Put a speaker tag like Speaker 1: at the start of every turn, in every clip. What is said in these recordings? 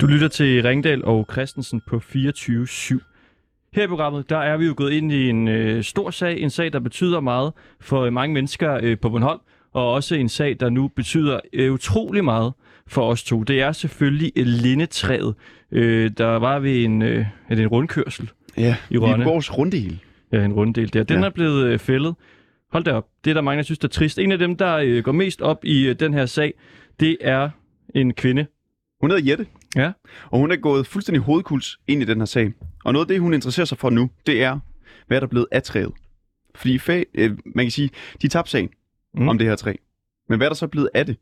Speaker 1: Du lytter til Ringdal og Christensen på 24-7. Her i programmet, der er vi jo gået ind i en øh, stor sag, en sag, der betyder meget for øh, mange mennesker øh, på Bornholm, og også en sag, der nu betyder øh, utrolig meget for os to. Det er selvfølgelig øh, lindetræet, øh, der var ved en, øh, er det en rundkørsel,
Speaker 2: Ja,
Speaker 1: I Rønne.
Speaker 2: vores rundehil.
Speaker 1: ja, en runddel der. Den ja.
Speaker 2: Ja.
Speaker 1: er blevet øh, fældet. Hold da op, det er der mange, der synes, der er trist. En af dem, der øh, går mest op i øh, den her sag, det er en kvinde.
Speaker 2: Hun hedder Jette.
Speaker 1: Ja.
Speaker 2: Og hun er gået fuldstændig hovedkuls ind i den her sag. Og noget af det, hun interesserer sig for nu, det er, hvad der er blevet af træet. Fordi fa- øh, man kan sige, de tabte sagen
Speaker 1: Mm.
Speaker 2: mm. om det her træ. Men hvad er der så blevet af det?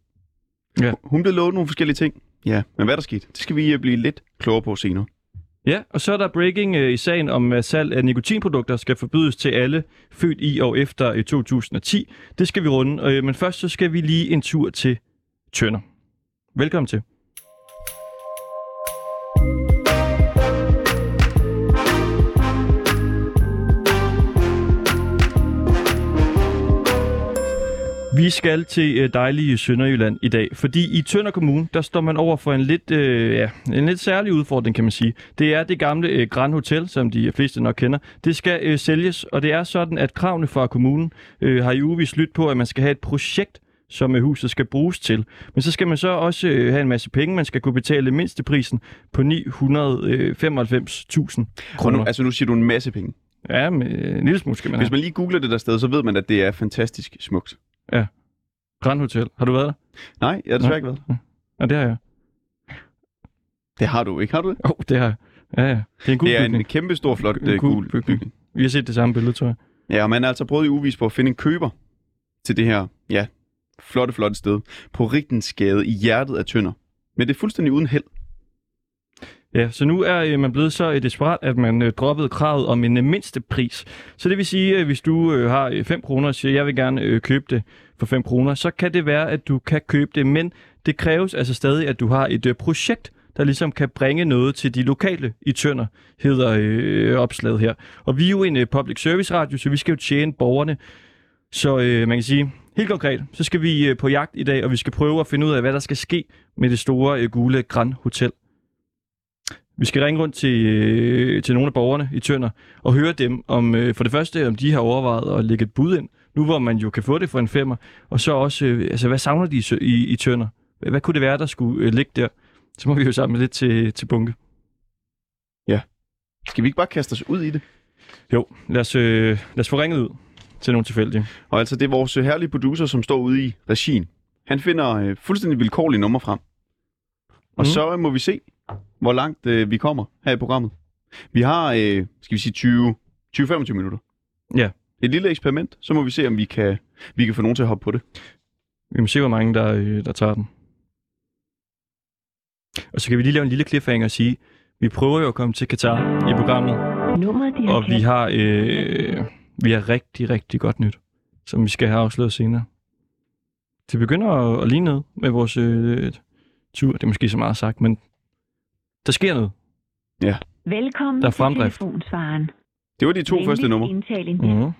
Speaker 1: Ja.
Speaker 2: Hun blev lovet nogle forskellige ting. Ja, men hvad er der sket? Det skal vi øh, blive lidt klogere på senere.
Speaker 1: Ja, og så er der breaking øh, i sagen om, at salg af nikotinprodukter skal forbydes til alle født i og efter øh, 2010. Det skal vi runde, øh, men først så skal vi lige en tur til Tønder. Velkommen til. Vi skal til øh, dejlige Sønderjylland i dag, fordi i Tønder Kommune, der står man over for en lidt, øh, ja, en lidt særlig udfordring, kan man sige. Det er det gamle øh, Grand Hotel, som de fleste nok kender. Det skal øh, sælges, og det er sådan, at kravene fra kommunen øh, har i ugevis lyttet på, at man skal have et projekt, som øh, huset skal bruges til. Men så skal man så også øh, have en masse penge. Man skal kunne betale mindsteprisen på 995.000
Speaker 2: Og nu,
Speaker 1: kroner.
Speaker 2: altså nu siger du en masse penge.
Speaker 1: Ja, men, øh, en lille smule skal man
Speaker 2: Hvis
Speaker 1: have.
Speaker 2: man lige googler det der sted, så ved man, at det er fantastisk smukt.
Speaker 1: Grand Hotel. Har du været der?
Speaker 2: Nej, jeg har
Speaker 1: Nå.
Speaker 2: desværre ikke været.
Speaker 1: Ja, det har jeg.
Speaker 2: Det har du ikke, har du det?
Speaker 1: Åh, oh, det har jeg. Ja, ja. Det er en god
Speaker 2: Det er
Speaker 1: bygning.
Speaker 2: en kæmpe stor flot
Speaker 1: En
Speaker 2: øh,
Speaker 1: gul
Speaker 2: gul
Speaker 1: bygning.
Speaker 2: bygning.
Speaker 1: Vi har set det samme billede, tror jeg.
Speaker 2: Ja, og man har altså prøvet i uvis på at finde en køber til det her, ja, flotte, flotte sted på Rigtensgade i hjertet af Tønder. Men det er fuldstændig uden held.
Speaker 1: Ja, så nu er øh, man blevet så øh, desperat, at man øh, droppede kravet om en øh, mindste pris. Så det vil sige, at hvis du øh, har øh, 5 kroner og siger, jeg vil gerne øh, købe det for 5 kroner, så kan det være, at du kan købe det, men det kræves altså stadig, at du har et øh, projekt, der ligesom kan bringe noget til de lokale i Tønder, hedder øh, opslaget her. Og vi er jo en øh, public service radio, så vi skal jo tjene borgerne. Så øh, man kan sige, helt konkret, så skal vi øh, på jagt i dag, og vi skal prøve at finde ud af, hvad der skal ske med det store øh, gule Grand Hotel. Vi skal ringe rundt til, øh, til nogle af borgerne i Tønder og høre dem om, øh, for det første, om de har overvejet at lægge et bud ind, nu hvor man jo kan få det for en femmer, og så også, øh, altså hvad savner de i, Sø- i, i Tønder? Hvad, hvad kunne det være, der skulle øh, ligge der? Så må vi jo sammen lidt til, til bunke.
Speaker 2: Skal vi ikke bare kaste os ud i det?
Speaker 1: Jo, lad os, øh, lad os få ringet ud til nogle tilfældige.
Speaker 2: Og altså, det er vores øh, herlige producer, som står ude i regien. Han finder øh, fuldstændig vilkårlige numre frem. Og
Speaker 1: Mhm.
Speaker 2: mm. så øh, må vi se, hvor langt øh, vi kommer her i programmet. Vi har, øh, skal vi sige, 20 20-25 minutter.
Speaker 1: Ja.
Speaker 2: Et lille eksperiment, så må vi se, om vi kan, vi kan få nogen til at hoppe på det.
Speaker 1: Vi må se, hvor mange der, øh, der tager den. Og så kan vi lige lave en lille cliffhanger og sige, vi prøver jo at komme til Katar i programmet,
Speaker 3: Nummer, de har
Speaker 1: Og vi har, øh, vi har rigtig, rigtig godt nyt, som vi skal have afsløret senere. Det begynder at, at ligne noget med vores øh, tur. Det er måske så meget sagt, men der sker noget.
Speaker 3: Velkommen
Speaker 1: Der er
Speaker 3: til
Speaker 1: fremdrift.
Speaker 3: telefonsvaren.
Speaker 2: Det var de to
Speaker 3: Venligst
Speaker 2: første numre.
Speaker 3: indtale en
Speaker 1: Mm-hmm.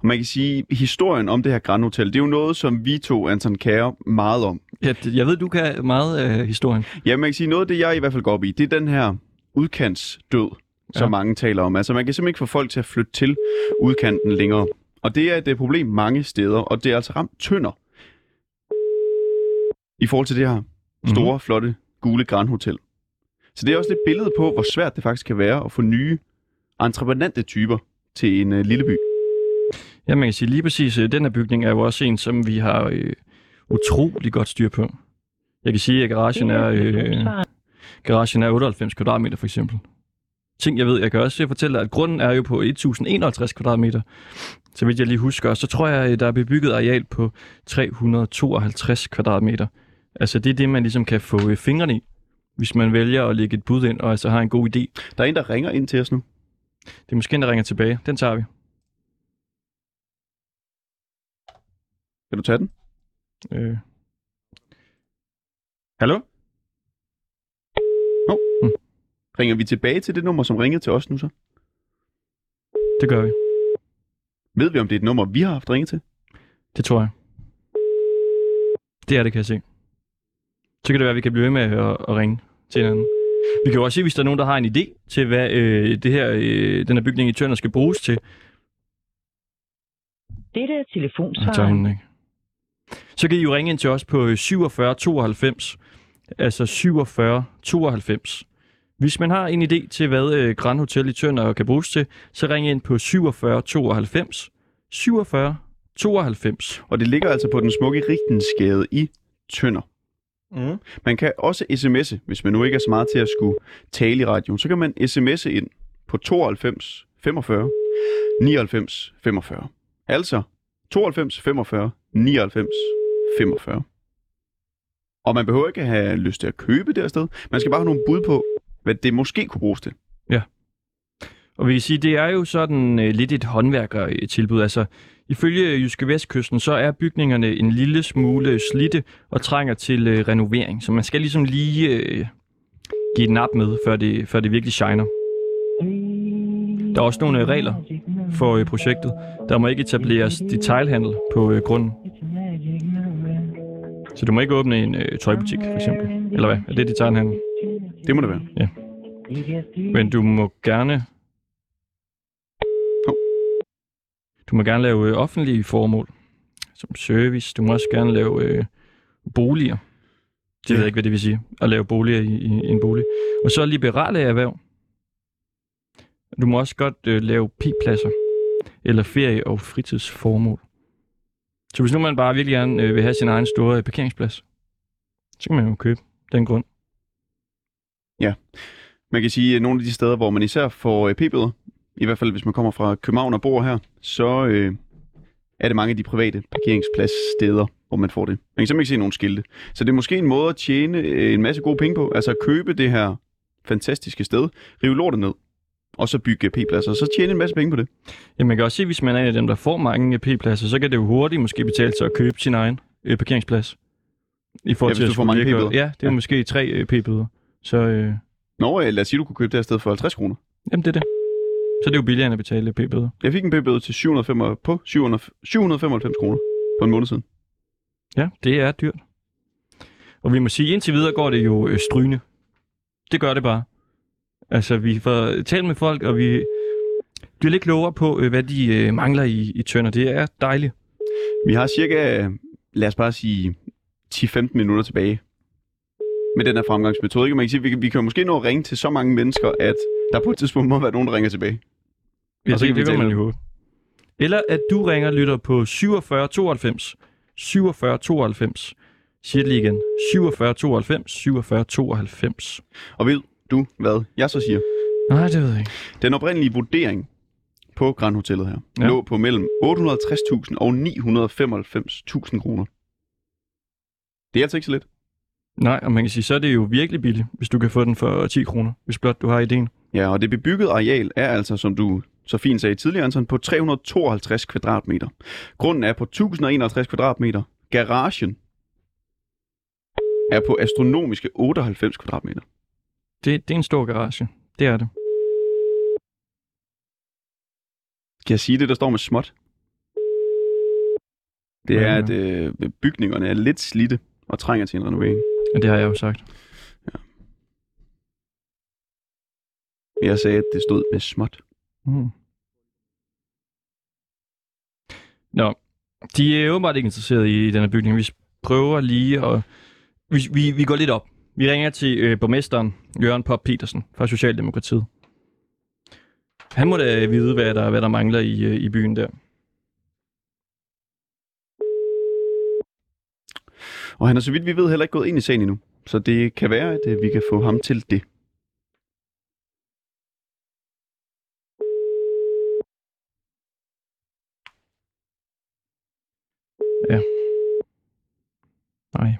Speaker 2: Og man kan sige, historien om det her Grand Hotel, det er jo noget, som vi to, Anton, kærer meget om.
Speaker 1: Ja, det- jeg ved, du kan meget af øh, historien.
Speaker 2: Ja, man kan sige, noget af det, jeg i hvert fald går op i, det er den her udkantsdød, som
Speaker 1: Ja.
Speaker 2: ja. mange taler om. Altså, man kan simpelthen ikke få folk til at flytte til udkanten længere. Og det er et øh, problem mange steder, og det er altså ramt tynder i forhold til det her store, mm-hmm. flotte, gule Grand Hotel. Så det er også et billede på, hvor svært det faktisk kan være at få nye, entreprenante typer til en øh, lille by.
Speaker 1: Mm-hmm. Ja, man kan sige lige præcis, øh, den her bygning er jo også en, som vi har øh, utrolig godt styr på. Jeg kan sige, at garagen er, øh,
Speaker 3: telefonsvarer.
Speaker 1: garagen er 98 kvadratmeter for eksempel. Ting jeg ved, jeg kan også fortælle dig, at grunden er jo på 1051 kvadratmeter. Så vidt jeg lige husker, Og så tror jeg, øh, der er bebygget areal på 352 kvadratmeter. Altså det er det, man ligesom kan få øh, fingrene i, hvis man vælger at lægge et bud ind, og altså har en god idé.
Speaker 2: Der er en, der ringer ind til os nu.
Speaker 1: Det er måske en, der ringer tilbage. Den tager vi.
Speaker 2: Kan du tage den?
Speaker 1: Øh. Hallo?
Speaker 2: Hm. Ringer vi tilbage til det nummer, som ringede til os nu så?
Speaker 1: Det gør vi.
Speaker 2: Ved vi, om det er et nummer, vi har haft ringet til?
Speaker 1: Det tror jeg. Det er det, kan jeg se. Så kan det være, at vi kan blive ved med at, at ringe til hinanden. Vi kan jo også se, hvis der er nogen, der har en idé til, hvad øh, det her, øh, den her bygning i Tønder skal bruges til.
Speaker 4: Dette er
Speaker 1: Jeg tager
Speaker 4: telefonsvaren.
Speaker 1: hun ikke. Så kan I jo ringe ind til os på øh, 47 92. Altså 47 92. Hvis man har en idé til, hvad øh, Grand Hotel i Tønder kan bruges til, så ring ind på 47 92. 47 92.
Speaker 2: Og det ligger altså på den smukke Rigtensgade i Tønder.
Speaker 1: Mm.
Speaker 2: Man kan også sms'e, hvis man nu ikke er så meget til at skulle tale i radioen. Så kan man sms'e ind på 92 45 99 45. Altså 92 45 99 45. Og man behøver ikke have lyst til at købe det her sted. Man skal bare have nogle bud på, hvad det måske kunne bruges til.
Speaker 1: Og vi kan sige, det er jo sådan øh, lidt et håndværkertilbud. Altså, ifølge Jyske Vestkysten, så er bygningerne en lille smule slitte og trænger til øh, renovering. Så man skal ligesom lige øh, give den op med, før det, før det virkelig shiner. Der er også nogle øh, regler for øh, projektet. Der må ikke etableres detailhandel på øh, grunden. Så du må ikke åbne en øh, tøjbutik, for eksempel. Eller hvad? Er det detailhandel?
Speaker 2: Det må det være.
Speaker 1: Men du må gerne...
Speaker 2: Hov.
Speaker 1: Du må gerne lave øh, offentlige formål, som service. Du må også gerne lave øh, boliger. Det ved
Speaker 2: Ja.
Speaker 1: jeg ikke, hvad det vil sige, at lave boliger i, i en bolig. Og så liberale erhverv. Du må også godt øh, lave p-pladser, eller ferie- og fritidsformål. Så hvis nu man bare virkelig gerne øh, vil have sin egen store øh, parkeringsplads, så kan man jo købe den grund.
Speaker 2: Man kan sige, at nogle af de steder, hvor man især får øh, p-bøder, i hvert fald hvis man kommer fra København og bor her, så øh, er det mange af de private parkeringspladssteder, hvor man får det. Man kan simpelthen ikke se nogen skilte. Så det er måske en måde at tjene øh, en masse gode penge på, altså at købe det her fantastiske sted, rive lortet ned, og så bygge p-pladser, og så tjene en masse penge på det.
Speaker 1: Ja, man kan også se, hvis man er en af dem, der får mange øh, p-pladser, så kan det jo hurtigt måske betale sig at købe sin egen øh, parkeringsplads. I forhold
Speaker 2: Ja,
Speaker 1: til
Speaker 2: hvis
Speaker 1: at
Speaker 2: du får
Speaker 1: skulle
Speaker 2: mange
Speaker 1: virke-
Speaker 2: p-bøder.
Speaker 1: Ja, det er
Speaker 2: Ja.
Speaker 1: ja. måske tre øh, p-bøder. Så øh,
Speaker 2: Nå, øh, lad os sige, du kunne købe det her sted for 50 kroner.
Speaker 1: jamen, det er det. Så det er jo billigere end at betale p-bøder.
Speaker 2: Jeg fik en p-bøde til 705, på 700, 795 kroner for en måned siden.
Speaker 1: Ja, det er dyrt. Og vi må sige, indtil videre går det jo øh, strygende. Det gør det bare. Altså, vi får talt med folk, og vi bliver lidt klogere på, øh, hvad de øh, mangler i, i Tønder. Det er dejligt.
Speaker 2: Vi har cirka, lad os bare sige, 10-15 minutter tilbage med den her fremgangsmetode. Ikke? Man kan sige, vi, kan- vi kan jo måske nå at ringe til så mange mennesker, at der på et tidspunkt må være nogen, der ringer tilbage.
Speaker 1: Ja,
Speaker 2: Og så
Speaker 1: det,
Speaker 2: kan vi
Speaker 1: det vil
Speaker 2: tale
Speaker 1: man
Speaker 2: med
Speaker 1: jo håbe. Eller at du ringer og lytter på 47 92 47 92. Siger det lige igen. 47 92 47 92.
Speaker 2: Og ved du, hvad jeg så siger?
Speaker 1: Nej, det ved jeg ikke.
Speaker 2: Den oprindelige vurdering på Grand Hotellet her ja.
Speaker 1: Ja.
Speaker 2: lå på mellem 860.000 og 995.000 kroner. Det er altså ikke så lidt.
Speaker 1: Nej, og man kan sige, så er det jo virkelig billigt, hvis du kan få den for 10 kroner, hvis blot du har ideen.
Speaker 2: Ja, og det bebyggede areal er altså, som du så fint sagde tidligere, Anton, på 352 kvadratmeter. Grunden er på 1051 kvadratmeter. Garagen er på astronomiske 98 kvadratmeter.
Speaker 1: Det, det er en stor garage. Det er det.
Speaker 2: Kan jeg sige det, der står med småt? Det
Speaker 1: Hvad
Speaker 2: er,
Speaker 1: er
Speaker 2: at
Speaker 1: det?
Speaker 2: øh, bygningerne er lidt slidte og trænger til en renovering.
Speaker 1: Og det har jeg jo sagt.
Speaker 2: Jeg sagde, at det stod med småt.
Speaker 1: Mm. Nå, de er åbenbart ikke interesseret i den her bygning. Vi prøver lige at... Vi, vi, vi går lidt op. Vi ringer til øh, borgmesteren Jørgen Pop Petersen fra Socialdemokratiet. Han må da vide, hvad der, hvad der mangler i, øh, i byen der.
Speaker 2: Og han er så vidt vi ved heller ikke gået ind i sagen endnu. Så det kan være, at øh, vi kan få ham til det.
Speaker 1: Nej.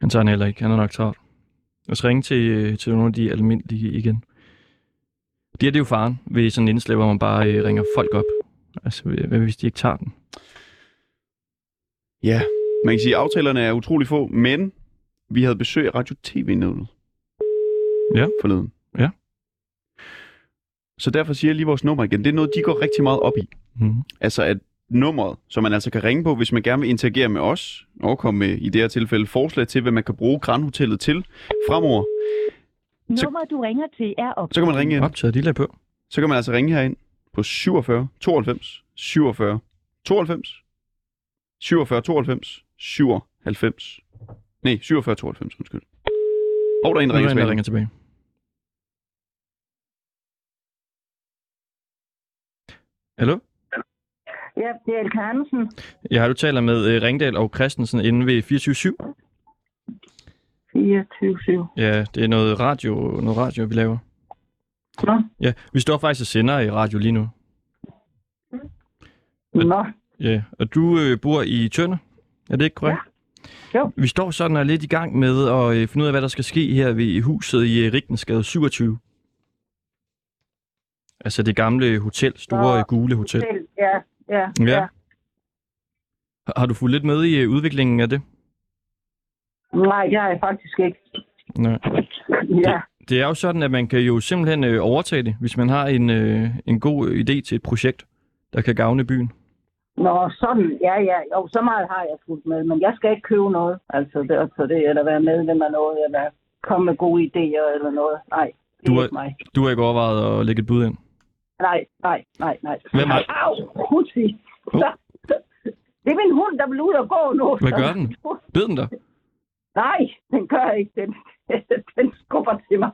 Speaker 1: Han tager den heller ikke. Han er nok travlt. Lad os ringe til, øh, til nogle af de almindelige igen. Det her det er jo faren ved sådan en indslag, hvor man bare øh, ringer folk op. Altså, øh, hvad hvis de ikke tager den?
Speaker 2: Ja, man kan sige, at aftalerne er utrolig få, men vi havde besøg af Radio TV-nævnet.
Speaker 1: Ja.
Speaker 2: Forleden.
Speaker 1: Ja.
Speaker 2: Så derfor siger jeg lige vores nummer igen. Det er noget, de går rigtig meget op i.
Speaker 1: Mm.
Speaker 2: Altså at nummeret, som man altså kan ringe på, hvis man gerne vil interagere med os, og komme med, i det her tilfælde, forslag til, hvad man kan bruge Granhotellet til fremover, Så-
Speaker 3: Nummeret, du ringer til, er op.
Speaker 2: så kan man ringe ind.
Speaker 1: Optaget de lag på.
Speaker 2: Så kan man altså ringe herind på 47 92 47 92 47 92 97 Nej, 47 92, undskyld. Og der er en,
Speaker 1: Nu er der
Speaker 2: der ringer
Speaker 1: en, der
Speaker 2: tilbage.
Speaker 1: ringer tilbage. Hallo?
Speaker 4: Ja, det er Elke Andersen.
Speaker 1: Jeg har du taler med uh, Ringdal og Christensen inde ved 24
Speaker 4: 24
Speaker 1: Ja, det er noget radio, noget radio, vi laver.
Speaker 4: Nå.
Speaker 1: Ja, vi står faktisk og sender i radio lige nu.
Speaker 4: Nå,
Speaker 1: Ja, og du øh, bor i Tønder. Er det ikke korrekt?
Speaker 4: Ja. Jo.
Speaker 1: Vi står sådan og er lidt i gang med at øh, finde ud af, hvad der skal ske her ved i huset i øh, Rigtensgade 27. Altså det gamle hotel, store
Speaker 4: Nå,
Speaker 1: øh, gule hotel.
Speaker 4: selv. Ja, ja,
Speaker 1: Ja. Har- Har du fulgt lidt med i øh, udviklingen af det?
Speaker 4: Nej, det har jeg faktisk ikke.
Speaker 1: Nej.
Speaker 4: Ja,
Speaker 1: Det er jo sådan, at man kan jo simpelthen øh, overtage det, hvis man har en, øh, en god øh, idé til et projekt, der kan gavne byen.
Speaker 4: nå, sådan. Ja, ja. Jo, så meget har jeg fulgt med, men jeg skal ikke købe noget. Altså, det, altså det, eller være medlem af noget, eller komme med gode idéer eller noget. Nej, det
Speaker 1: Du
Speaker 4: er
Speaker 1: er-
Speaker 4: ikke mig.
Speaker 1: Du har ikke overvejet at lægge et bud ind.
Speaker 4: Nej, nej, nej, nej.
Speaker 1: Hvem er-
Speaker 4: Au, hutsi. Så- så- Det er min hund, der vil ud og gå nu.
Speaker 1: Hvad gør den? Bed den der?
Speaker 4: Nej, den gør ikke. Den, den skubber til mig.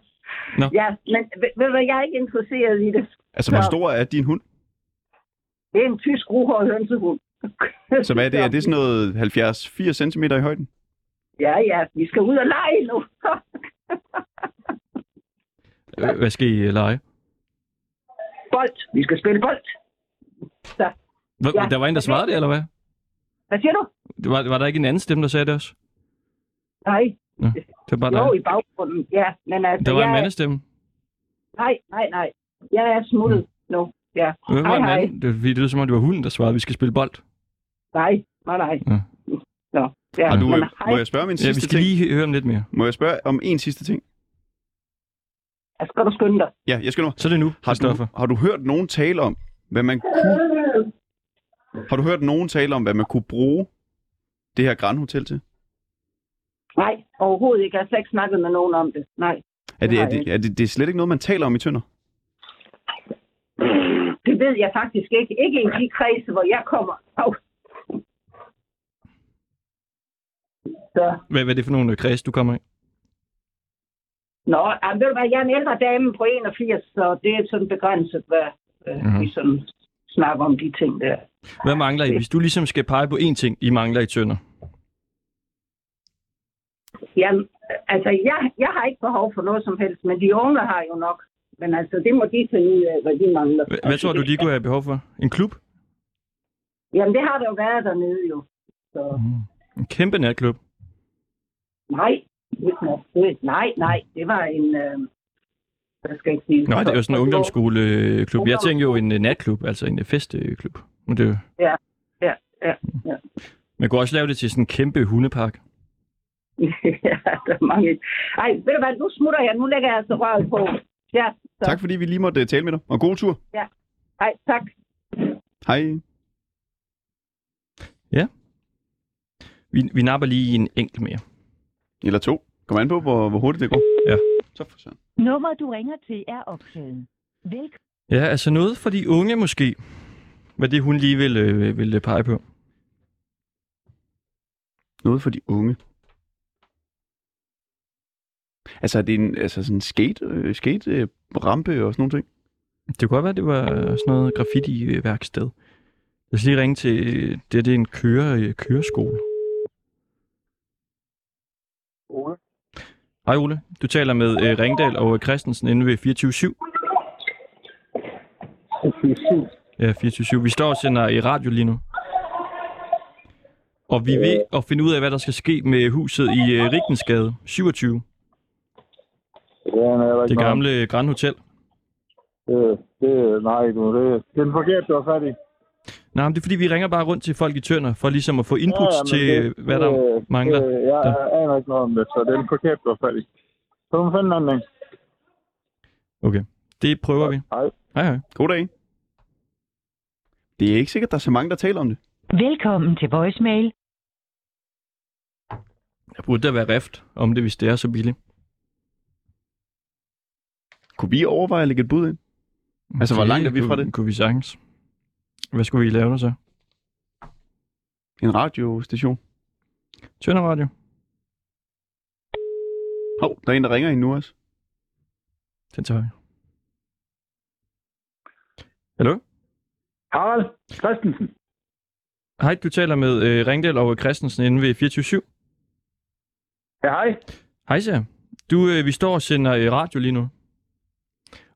Speaker 1: Nå.
Speaker 4: Ja, men ved, ved du, hvad, jeg er ikke interesseret i det.
Speaker 2: Altså, hvor
Speaker 4: Nå.
Speaker 2: stor er din hund?
Speaker 4: Det er en tysk ruhård hønsehund.
Speaker 2: Så hvad er det? Er det sådan noget 70-80 cm i højden?
Speaker 4: Ja, ja, vi skal ud og lege nu.
Speaker 1: Øh, Hvad skal I øh, lege?
Speaker 4: bold. Vi skal spille bold.
Speaker 1: Hva,
Speaker 4: Ja.
Speaker 1: Der var en, der svarede det, eller hvad?
Speaker 4: Hvad siger du?
Speaker 1: Det var, var der ikke en anden stemme, der sagde det også?
Speaker 4: Nej,
Speaker 1: Det var bare
Speaker 4: jo,
Speaker 1: dig.
Speaker 4: i baggrunden. Ja, men altså,
Speaker 1: Der var en
Speaker 4: jeg,
Speaker 1: mandestemme.
Speaker 4: nej, nej, nej. Jeg er smuttet nu. Ja.
Speaker 1: Hvem var
Speaker 4: Hej,
Speaker 1: Øh, en
Speaker 4: hej.
Speaker 1: mand? Det, det lyder som om, det var hunden, der svarede, vi skal spille bold.
Speaker 4: Nej, nej, nej.
Speaker 1: Ja.
Speaker 4: Nå, ja.
Speaker 2: Har du,
Speaker 4: men
Speaker 2: øh,
Speaker 4: hej.
Speaker 2: må jeg spørge om en
Speaker 1: Ja, vi
Speaker 2: sidste
Speaker 1: skal
Speaker 2: ting?
Speaker 1: lige høre om lidt mere.
Speaker 2: Må jeg spørge om en sidste ting?
Speaker 4: Jeg skal du skynde dig.
Speaker 2: Ja, jeg skal nu.
Speaker 1: Så er det nu,
Speaker 2: Har
Speaker 1: Christoffer.
Speaker 2: du, har du hørt nogen tale om, hvad man kunne... Har du hørt nogen tale om, hvad man kunne bruge det her Grand Hotel til?
Speaker 4: Nej, overhovedet ikke. Jeg har slet ikke snakket med nogen om det. Nej,
Speaker 2: Er det, er
Speaker 4: Nej.
Speaker 2: det, er det, det er slet ikke noget, man taler om i Tønder?
Speaker 4: det ved jeg faktisk ikke. Ikke i de kredse, hvor jeg kommer. Au. Så.
Speaker 1: Hvad, hvad er det for nogle øh, kreds, du kommer i?
Speaker 4: Nå, ej, ved du hvad, jeg er en ældre dame på 81, så det er sådan begrænset, hvad øh,
Speaker 1: Mhm.
Speaker 4: vi sådan snakker om de ting der.
Speaker 1: Hvad mangler I? Hvis du ligesom skal pege på én ting, I mangler i Tønder.
Speaker 4: Jamen, øh, altså, jeg, jeg har ikke behov for noget som helst, men de unge har jo nok. Men altså, det må de finde ud af, hvad de mangler.
Speaker 1: Hvad, hvad tror du, de kunne have behov for? En klub?
Speaker 4: Jamen, det har der jo været dernede jo. Så
Speaker 1: En kæmpe natklub.
Speaker 4: nej, ikke nok. Det- nej, nej, det var en... Øh, hvad skal jeg sige?
Speaker 1: Nå, det er jo sådan en ungdomsskoleklub. Jeg
Speaker 4: Ungdom-
Speaker 1: tænker jo en øh, natklub, altså en øh, festklub. Men det er jo...
Speaker 4: Ja, ja, ja, ja.
Speaker 1: Man kunne også lave det til sådan en kæmpe hundepark.
Speaker 4: ja, der er mange. Ej, ved du hvad, nu smutter jeg. Nu lægger jeg altså røret på. Ja, så,
Speaker 2: Tak fordi vi lige måtte øh, tale med dig, og god tur.
Speaker 4: Ej, tak.
Speaker 2: Hej.
Speaker 1: Vi, vi napper lige en enkelt mere.
Speaker 2: Eller to. Kom an på, hvor, hvor hurtigt det går.
Speaker 1: Ja.
Speaker 2: Så for søren.
Speaker 3: Nummeret, du ringer til, er optaget. Velkommen.
Speaker 1: Ja, altså noget for de unge måske. Hvad det hun lige ville, øh, ville pege på.
Speaker 2: Noget for de unge. Altså, er det en altså sådan en skate, øh, skate øh, rampe og sådan nogle ting?
Speaker 1: Det kunne godt være, det var øh, sådan noget graffiti-værksted. Jeg skal lige ringe til, øh, det, her, det er en køre, øh, køreskole.
Speaker 5: Ole.
Speaker 1: Hej Ole, du taler med øh, Ringdal og Christensen inde ved 24 Ja, 24 Vi står og sender i radio lige nu. Og vi er ved at finde ud af, hvad der skal ske med huset i øh, Rigtensgade 27.
Speaker 5: Det, er
Speaker 1: Det gamle Grand Hotel.
Speaker 5: Det, det, nej, du, det, det er den forkerte, du har fat i.
Speaker 1: Nej, men det er fordi, vi ringer bare rundt til folk i Tønder, for ligesom at få input ja,
Speaker 5: men
Speaker 1: til, øh, hvad der
Speaker 5: det,
Speaker 1: mangler.
Speaker 5: Det, jeg
Speaker 1: Der.
Speaker 5: aner ikke noget om det, så det er den forkerte, du har fat i. Så må man finde en anden. en.
Speaker 1: Okay. Det prøver vi.
Speaker 5: Hej.
Speaker 1: Hej, hej.
Speaker 2: God dag. Det er ikke sikkert, der er så mange, der taler om det.
Speaker 3: Velkommen til voicemail.
Speaker 1: Der burde der være rift om det, hvis det er så billigt.
Speaker 2: Kunne vi overveje at lægge et bud ind? Altså, hvor langt er vi fra
Speaker 1: kunne-
Speaker 2: det?
Speaker 1: Kunne vi sagtens. Hvad skulle vi lave der så?
Speaker 2: En radiostation?
Speaker 1: Tønder Radio?
Speaker 2: Hov, der er en, der ringer ind nu også.
Speaker 1: Den tager vi. Hallo?
Speaker 5: Harald Christensen.
Speaker 1: Hej, du taler med øh, Ringdal og Christensen inde ved 24
Speaker 5: Ja, hej.
Speaker 1: Hej, Sarah. Du, øh, vi står og sender øh, radio lige nu.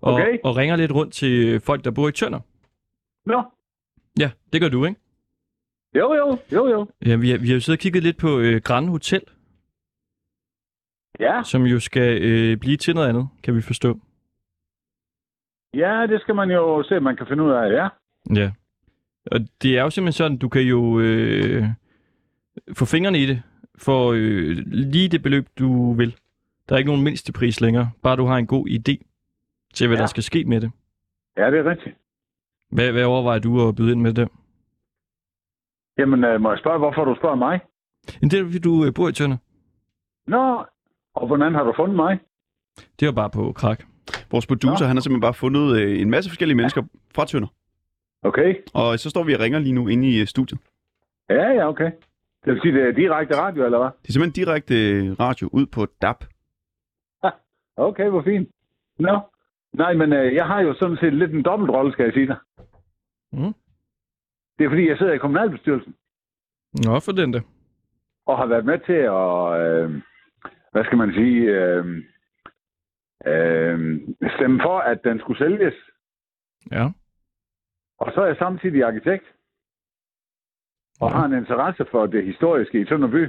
Speaker 1: Og,
Speaker 5: Okay.
Speaker 1: og ringer lidt rundt til øh, folk, der bor i Tønder.
Speaker 5: Nå.
Speaker 1: Ja, det gør du, ikke?
Speaker 5: Jo, jo, jo, jo.
Speaker 1: Ja, vi, har- vi har jo siddet og kigget lidt på øh, Grand Hotel,
Speaker 5: Ja,
Speaker 1: som jo skal øh, blive til noget andet, kan vi forstå.
Speaker 5: ja, det skal man jo se, om man kan finde ud af, ja.
Speaker 1: Ja. Og det er jo simpelthen sådan, du kan jo øh, få fingrene i det for øh, lige det beløb, du vil. Der er ikke nogen mindstepris længere, bare du har en god idé til, hvad ja.
Speaker 5: Ja.
Speaker 1: der skal ske med det.
Speaker 5: Ja, det er rigtigt.
Speaker 1: Hvad, hvad overvejer du at byde ind med det?
Speaker 5: Jamen, øh, må jeg spørge, hvorfor du spørger mig?
Speaker 1: Men det er, fordi du øh, bor i Tønder.
Speaker 5: Nå, og hvordan har du fundet mig?
Speaker 1: Det var bare på krak.
Speaker 2: Vores producer, han har simpelthen bare fundet øh, en masse forskellige mennesker fra Tønder.
Speaker 5: Okay.
Speaker 2: Og så står vi og ringer lige nu inde i øh, studiet.
Speaker 5: Ja, ja, okay. Det vil sige, det er direkte radio, eller hvad?
Speaker 2: Det er simpelthen direkte øh, radio ud på DAB.
Speaker 5: Okay, hvor fint. Nå. Nej, men øh, jeg har jo sådan set lidt en dobbeltrolle, skal jeg sige dig.
Speaker 1: Mm.
Speaker 5: Det er fordi, jeg sidder i kommunalbestyrelsen
Speaker 1: Nå, for den der.
Speaker 5: og har været med til at, øh, hvad skal man sige, øh, øh, stemme for, at den skulle sælges.
Speaker 1: Ja.
Speaker 5: Og så er jeg samtidig arkitekt og
Speaker 1: Ja.
Speaker 5: har en interesse for det historiske i Tønderby.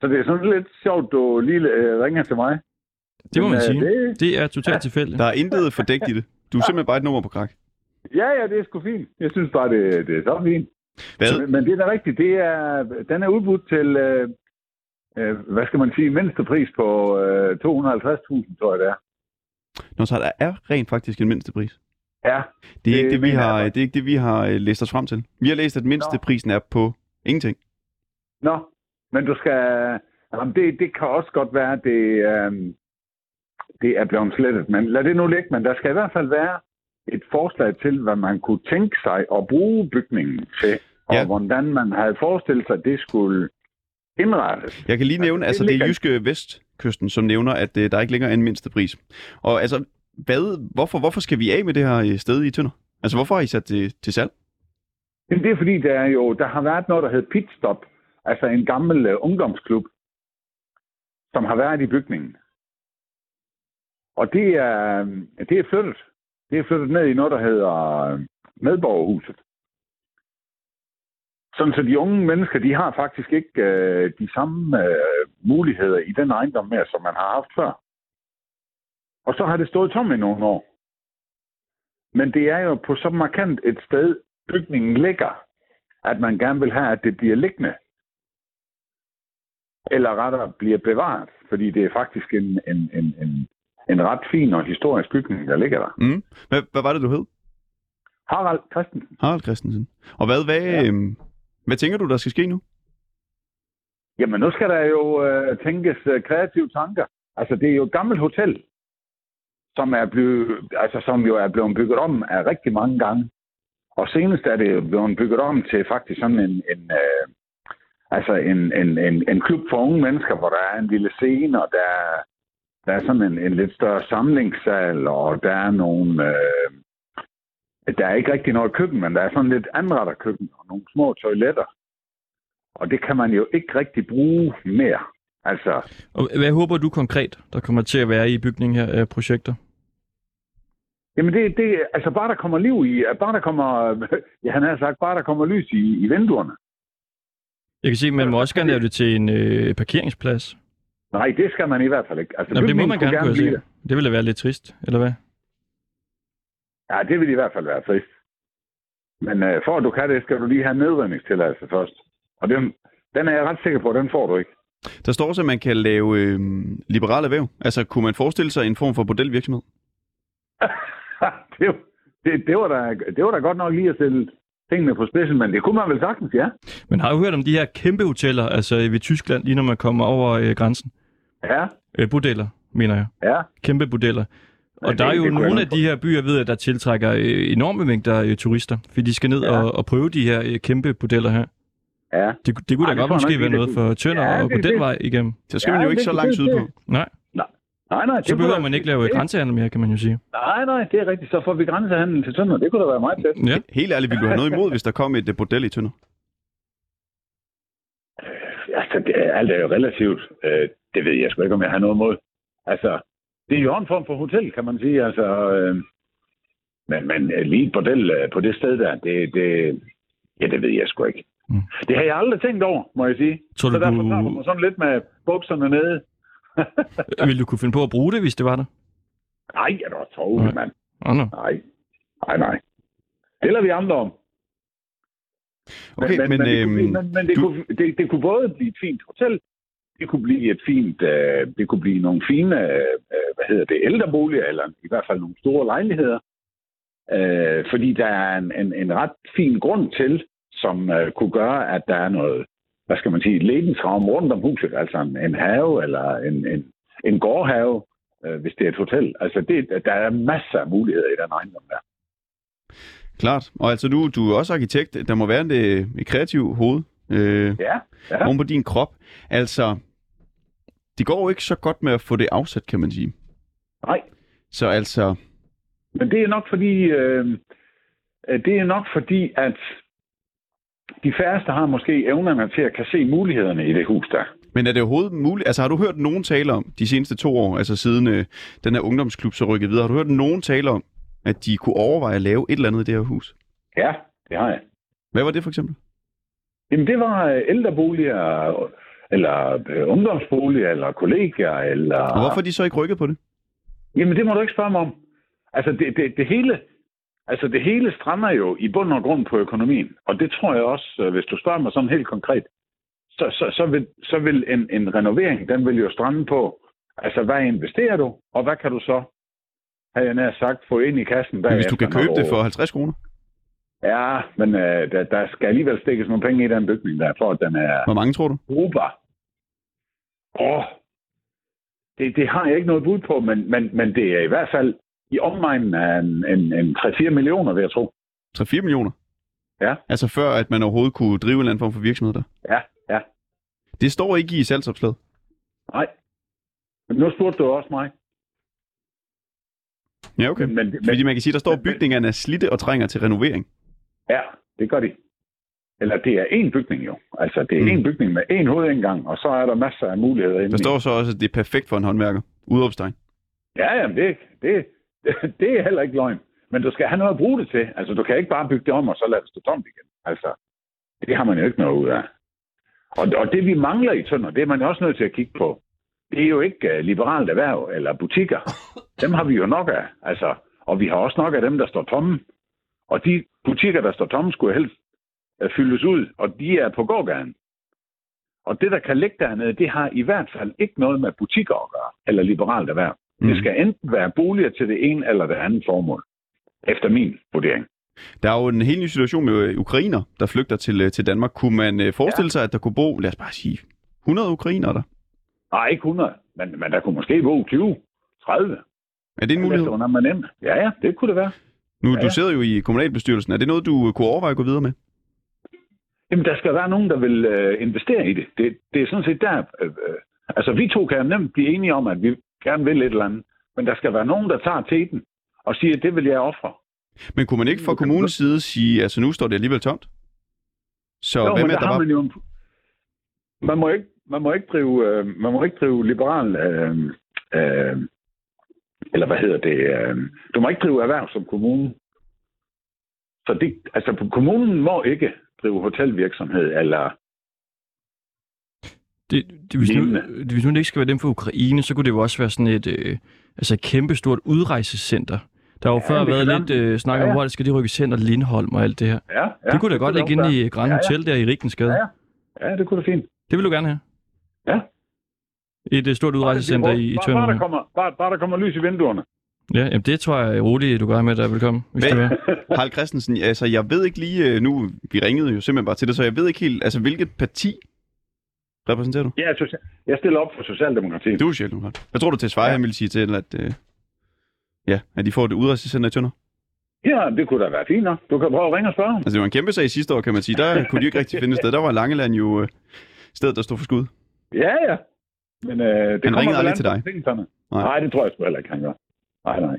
Speaker 5: Så det er sådan lidt sjovt, du lige øh, ringer til mig.
Speaker 1: Det må
Speaker 5: Men,
Speaker 1: man
Speaker 5: øh,
Speaker 1: sige.
Speaker 5: det-
Speaker 1: Det er totalt tilfældigt.
Speaker 2: Der er intet fordækt i det. Du er simpelthen bare et nummer på krak.
Speaker 5: Ja, ja, det er sgu fint. Jeg synes bare, det, det er så fint.
Speaker 2: Hvad?
Speaker 5: Men, men det er da rigtigt. Det er, den er udbudt til, øh, øh, hvad skal man sige, mindste pris på øh, 250.000, tror jeg det er.
Speaker 2: Nå, så der er rent faktisk en mindstepris.
Speaker 5: Ja,
Speaker 2: Det er, ikke
Speaker 5: Det
Speaker 2: det, vi
Speaker 5: mener jeg
Speaker 2: har,
Speaker 5: godt.
Speaker 2: det er ikke det, vi har øh, læst os frem til. Vi har læst, at mindsteprisen er på ingenting.
Speaker 5: nå, men du skal... Jamen, det, det kan også godt være, at det, øh, det er blevet slettet. Men lad det nu ligge. Men der skal i hvert fald være et forslag til, hvad man kunne tænke sig at bruge bygningen til. Og
Speaker 2: Ja.
Speaker 5: ja. hvordan man havde forestillet sig, at det skulle indrettes.
Speaker 2: Jeg kan lige nævne,
Speaker 5: det
Speaker 2: altså det er
Speaker 5: ligger-
Speaker 2: Jyske Vestkysten, som nævner, at øh, der ikke længere er en mindstepris. Og altså, hvad, hvorfor, hvorfor skal vi af med det her øh, sted i Tønder? Altså, hvorfor har I sat det til salg?
Speaker 5: Jamen, det er fordi, der, er jo, der har været noget, der hedder Pitstop, altså en gammel uh, ungdomsklub, som har været i bygningen. Og det er, øhm, det er flyttet. Det er flyttet ned i noget, der hedder øhm, Medborgerhuset. Sådan så de unge mennesker, de har faktisk ikke øh, de samme øh, muligheder i den ejendom mere, som man har haft før. Og så har det stået tom i nogle år. Men det er jo på så markant et sted, bygningen ligger, at man gerne vil have, at det bliver liggende. Eller rettere bliver bevaret, fordi det er faktisk en, en, en, en, en ret fin og historisk bygning, der ligger der.
Speaker 2: Mm. Hvad, hvad var det, du hed?
Speaker 5: Harald Christensen.
Speaker 2: Harald Christensen. Og hvad, hvad, ja.
Speaker 5: Ja.
Speaker 2: øhm, hvad tænker du, der skal ske nu?
Speaker 5: Jamen, nu skal der jo øh, tænkes øh, kreative tanker. Altså, det er jo et gammelt hotel, som, er blevet, altså, som jo er blevet bygget om af rigtig mange gange. Og senest er det jo blevet bygget om til faktisk sådan en, en øh, altså en, en, en, en klub for unge mennesker, hvor der er en lille scene, og der er, der er sådan en, en lidt større samlingssal, og der er nogle... Øh, der er ikke rigtig noget køkken, men der er sådan lidt anretter køkken og nogle små toiletter. Og det kan man jo ikke rigtig bruge mere. Altså,
Speaker 1: Og hvad håber du konkret, der kommer til at være i bygningen her af projekter?
Speaker 5: jamen det, det, altså bare der kommer liv i, bare der kommer, ja, han har sagt, bare der kommer lys i, i vinduerne.
Speaker 1: Jeg kan se, at man må også gerne lave det til en øh, parkeringsplads.
Speaker 5: Nej, det skal man i hvert fald ikke. Altså,
Speaker 1: Nå, men det må
Speaker 5: bygningen
Speaker 1: man
Speaker 5: skulle
Speaker 1: gerne, kunne jeg
Speaker 5: blive
Speaker 1: se.
Speaker 5: det.
Speaker 1: Det ville da være lidt trist, eller hvad?
Speaker 5: Ja, det vil i hvert fald være trist. Men øh, for at du kan det, skal du lige have nedredningstilladelse først. Og den, den er jeg ret sikker på, den får du ikke.
Speaker 2: Der står også, at man kan lave øhm, liberale erhverv. Altså, kunne man forestille sig en form for bordelvirksomhed?
Speaker 5: det, var- det, det, var da, det var da godt nok lige at stille tingene på spidsen, men det kunne man vel sagtens, ja.
Speaker 1: Men har du hørt om de her kæmpe hoteller, altså øh, ved Tyskland, lige når man kommer over øh, grænsen?
Speaker 5: Ja,
Speaker 1: Øh, bordeller, mener jeg.
Speaker 5: ja.
Speaker 1: Kæmpe bordeller. Og
Speaker 5: Men
Speaker 1: der
Speaker 5: det-
Speaker 1: er jo
Speaker 5: det kunne jeg
Speaker 1: nogle af
Speaker 5: nok
Speaker 1: de her byer, ved jeg, der tiltrækker øh, enorme mængder øh, turister, fordi de skal ned
Speaker 5: Ja.
Speaker 1: og, og prøve de her øh, kæmpe bordeller her.
Speaker 5: ja.
Speaker 1: Det, det kunne
Speaker 5: Ej,
Speaker 1: da godt
Speaker 5: det tror jeg nok
Speaker 1: måske
Speaker 5: lige,
Speaker 1: være
Speaker 5: det
Speaker 1: noget
Speaker 5: kunne-
Speaker 1: for tønder
Speaker 5: Ja,
Speaker 1: og gå
Speaker 5: det-
Speaker 1: den
Speaker 5: det-
Speaker 1: vej igennem.
Speaker 2: Så skal
Speaker 5: Ja,
Speaker 2: man jo ikke
Speaker 5: det-
Speaker 2: så
Speaker 5: det-
Speaker 2: langt
Speaker 5: det-
Speaker 2: sydpå.
Speaker 1: Nej,
Speaker 5: Nej, nej.
Speaker 1: så behøver man ikke lave
Speaker 5: grænse.
Speaker 1: grænsehandel mere, kan man jo sige.
Speaker 5: Nej, nej, det er rigtigt. Så får vi grænsehandel til Tønder. Det kunne da være meget fedt.
Speaker 1: Ja.
Speaker 2: Helt ærligt, ville du have noget imod, hvis der kom et øh, bordel i Tønder?
Speaker 5: Altså, det, er- alt er jo relativt. Øh, det ved jeg sgu ikke, om jeg har noget imod. Altså, det er jo en form for hotel, kan man sige. Altså, øh, men, men øh, lige et bordel øh, på det sted der, det, det, ja, det ved jeg sgu ikke.
Speaker 1: Mm.
Speaker 5: Mm. Det har jeg aldrig tænkt over, må jeg sige.
Speaker 1: Tror du,
Speaker 5: Så derfor tager
Speaker 1: du,
Speaker 5: du mig sådan lidt med bukserne nede.
Speaker 1: ville du kunne finde på at bruge det, hvis det var der?
Speaker 5: Nej, jeg er da også
Speaker 1: Nej.
Speaker 5: troet, mand.
Speaker 1: Åh, oh, no.
Speaker 5: Nej, nej, nej. Det lader vi andre om.
Speaker 2: Okay, men, men,
Speaker 5: men, det,
Speaker 2: øhm,
Speaker 5: kunne, blive- men, men det,
Speaker 2: du-
Speaker 5: kunne, det, det kunne både blive et fint hotel, det kunne blive et fint, øh, det kunne blive nogle fine, øh, øh, hvad hedder det, ældreboliger, eller i hvert fald nogle store lejligheder, øh, fordi der er en, en, en ret fin grund til, som øh, kunne gøre, at der er noget, hvad skal man sige, ledensraum rundt om huset, altså en, en have eller en, en, en gårdhave, øh, hvis det er et hotel. Altså, det, der er masser af muligheder i den ejendom der.
Speaker 2: Klart. Og altså, du, du er også arkitekt. Der må være en, øh, et kreativt hoved øh,
Speaker 5: Ja,
Speaker 2: ja.
Speaker 5: Ja.
Speaker 2: oven på din krop. Altså, det går jo ikke så godt med at få det afsat, kan man sige.
Speaker 5: nej,
Speaker 2: Så altså,
Speaker 5: Men det er nok fordi, øh, øh, det er nok fordi, at de færreste har måske evnerne til at kan se mulighederne i det hus der.
Speaker 2: men er det overhovedet muligt? Altså, har du hørt nogen tale om de seneste to år, altså siden øh, den her ungdomsklub så rykkede videre, har du hørt nogen tale om, at de kunne overveje at lave et eller andet i det her hus?
Speaker 5: Ja, det har jeg.
Speaker 2: Hvad var det for eksempel?
Speaker 5: Jamen det var øh, ældreboliger, eller øh, ungdomsboliger, eller kollegier, eller...
Speaker 2: Og hvorfor er de så ikke rykket på det?
Speaker 5: Jamen det må du ikke spørge mig om. Altså det, det, det hele... Altså det hele strander jo i bund og grund på økonomien. Og det tror jeg også, øh, hvis du spørger mig sådan helt konkret, så, så, så vil, så vil en, en renovering, den vil jo strande på, altså hvad investerer du, og hvad kan du så, havde jeg nær sagt, få ind i kassen
Speaker 2: Men hvis du
Speaker 5: bagefter,
Speaker 2: kan
Speaker 5: når
Speaker 2: købe det for 50 kroner,
Speaker 5: Ja, men øh, der, der skal alligevel stikkes nogle penge i den bygning der, for at den er
Speaker 2: hvor mange tror du?
Speaker 5: brugbar. Åh, det, det har jeg ikke noget bud på, men, men, men det er i hvert fald i omegnen af en, en, en 3-4 millioner, vil jeg tro.
Speaker 2: 3-4 millioner?
Speaker 5: Ja.
Speaker 2: Altså før, at man overhovedet kunne drive en eller anden form for virksomhed der?
Speaker 5: Ja, ja.
Speaker 2: Det står ikke i salgsopslaget.
Speaker 5: Nej. Men nu spurgte du også mig.
Speaker 2: Ja, okay.
Speaker 5: Men, men,
Speaker 2: Fordi
Speaker 5: men
Speaker 2: man kan sige, der står, at
Speaker 5: men- men-
Speaker 2: bygningerne er slitte og trænger til renovering.
Speaker 5: ja, det gør de. Eller det er én bygning jo. Altså, det er
Speaker 2: Mm.
Speaker 5: én bygning med én hovedindgang, og så er der masser af muligheder inde
Speaker 2: Der
Speaker 5: i.
Speaker 2: står så også, at det er perfekt for en håndværker. Udopstegn.
Speaker 5: Ja, jamen, det, det, det er heller ikke løgn. Men du skal have noget at bruge det til. Altså, du kan ikke bare bygge det om, og så lade det stå tomt igen. Altså, det har man jo ikke noget ud af. Og, og det, vi mangler i Tønder, det er man jo også nødt til at kigge på. Det er jo ikke uh, liberalt erhverv eller butikker. Dem har vi jo nok af. Altså, og vi har også nok af dem, der står tomme. Og de butikker, der står tomme, skulle helst uh, fyldes ud, og de er på gågaden. Og det, der kan ligge dernede, det har i hvert fald ikke noget med butikker at gøre, eller liberalt erhverv. Mm. Det skal enten være boliger til det ene eller det andet formål, efter min vurdering.
Speaker 2: Der er jo en helt ny situation med øh, ukrainer, der flygter til, øh, til Danmark. Kunne man øh, forestille sig, at der kunne bo, lad os bare sige, 100 ukrainer der?
Speaker 5: Nej, ikke 100, men, men der kunne måske bo 20, 30.
Speaker 2: Er det en
Speaker 5: Mulighed.
Speaker 2: mulighed?
Speaker 5: Efter, når man ender. Ja, ja, det kunne det være.
Speaker 2: Nu,
Speaker 5: Ja,
Speaker 2: du
Speaker 5: ja.
Speaker 2: sidder jo i kommunalbestyrelsen. Er det noget, du øh, kunne overveje at gå videre med?
Speaker 5: Jamen, der skal være nogen, der vil øh, investere i det. det. Det er sådan set der... Øh, øh, altså, vi to kan nemt blive enige om, at vi gerne vil et eller andet, men der skal være nogen, der tager teten og siger, det vil jeg ofre.
Speaker 2: Men kunne man ikke fra kommunens side sige, altså nu står det alligevel tomt? Så
Speaker 5: Jo,
Speaker 2: hvad
Speaker 5: men
Speaker 2: med,
Speaker 5: der
Speaker 2: at der
Speaker 5: har
Speaker 2: var...
Speaker 5: man jo en... Man må ikke, man må ikke drive, øh, man må ikke drive liberal... Øh, øh, eller hvad hedder det? Øh, du må ikke drive erhverv som kommune. Så det, altså, kommunen må ikke drive hotelvirksomhed, eller...
Speaker 1: Det, det, hvis, nu,
Speaker 5: Lignende.
Speaker 1: det, hvis nu det ikke skal være dem fra Ukraine, så kunne det jo også være sådan et øh, altså et kæmpestort udrejsecenter. Der har jo ja,
Speaker 5: Ja,
Speaker 1: før
Speaker 5: det kan
Speaker 1: været
Speaker 5: være.
Speaker 1: lidt øh, snak om,
Speaker 5: Ja, ja.
Speaker 1: hvor det skal de rykkes hen, og Lindholm og alt det her.
Speaker 5: Ja, ja
Speaker 1: Ja, det kunne da godt ligge
Speaker 5: også
Speaker 1: inde i Grand
Speaker 5: Ja, ja.
Speaker 1: Hotel der i Rigensgade. Ja,
Speaker 5: Ja,
Speaker 1: ja.
Speaker 5: ja. være. Ja, det kunne da fint.
Speaker 1: Det vil du gerne have?
Speaker 5: Ja.
Speaker 1: Et øh, stort udrejsecenter i, i
Speaker 5: Bare- bare,
Speaker 1: Tønder.
Speaker 5: der kommer, bare, bare der kommer lys i vinduerne.
Speaker 1: Ja, jamen det tror jeg roligt, du gør med dig. Velkommen, hvis
Speaker 2: Hvad?
Speaker 1: det var.
Speaker 2: Harald Christensen, altså jeg ved ikke lige, øh, nu vi ringede jo simpelthen bare til det, så jeg ved ikke helt, altså hvilket parti repræsenterer du?
Speaker 5: Jeg, er social- jeg stiller op for Socialdemokratiet.
Speaker 2: Du er sjældent. Hvad tror du til Sveje,
Speaker 5: Ja.
Speaker 2: han ville sige til, at, øh, ja, at de får et udrejsecenter i Tønder?
Speaker 5: Ja, det kunne da være fint nok. Du kan prøve at ringe og spørge.
Speaker 2: Altså det var en kæmpe sag sidste år, kan man sige. Der kunne de ikke rigtig finde et sted. Der var Langeland jo øh, stedet, der stod for skud.
Speaker 5: Ja, ja. Men øh, det
Speaker 2: Han
Speaker 5: kommer
Speaker 2: ringede
Speaker 5: vel
Speaker 2: aldrig
Speaker 5: an
Speaker 2: til
Speaker 5: på
Speaker 2: dig?
Speaker 5: betingelserne.
Speaker 2: Nej.
Speaker 5: Nej. nej, det tror jeg sgu heller ikke, han gør. Nej, nej.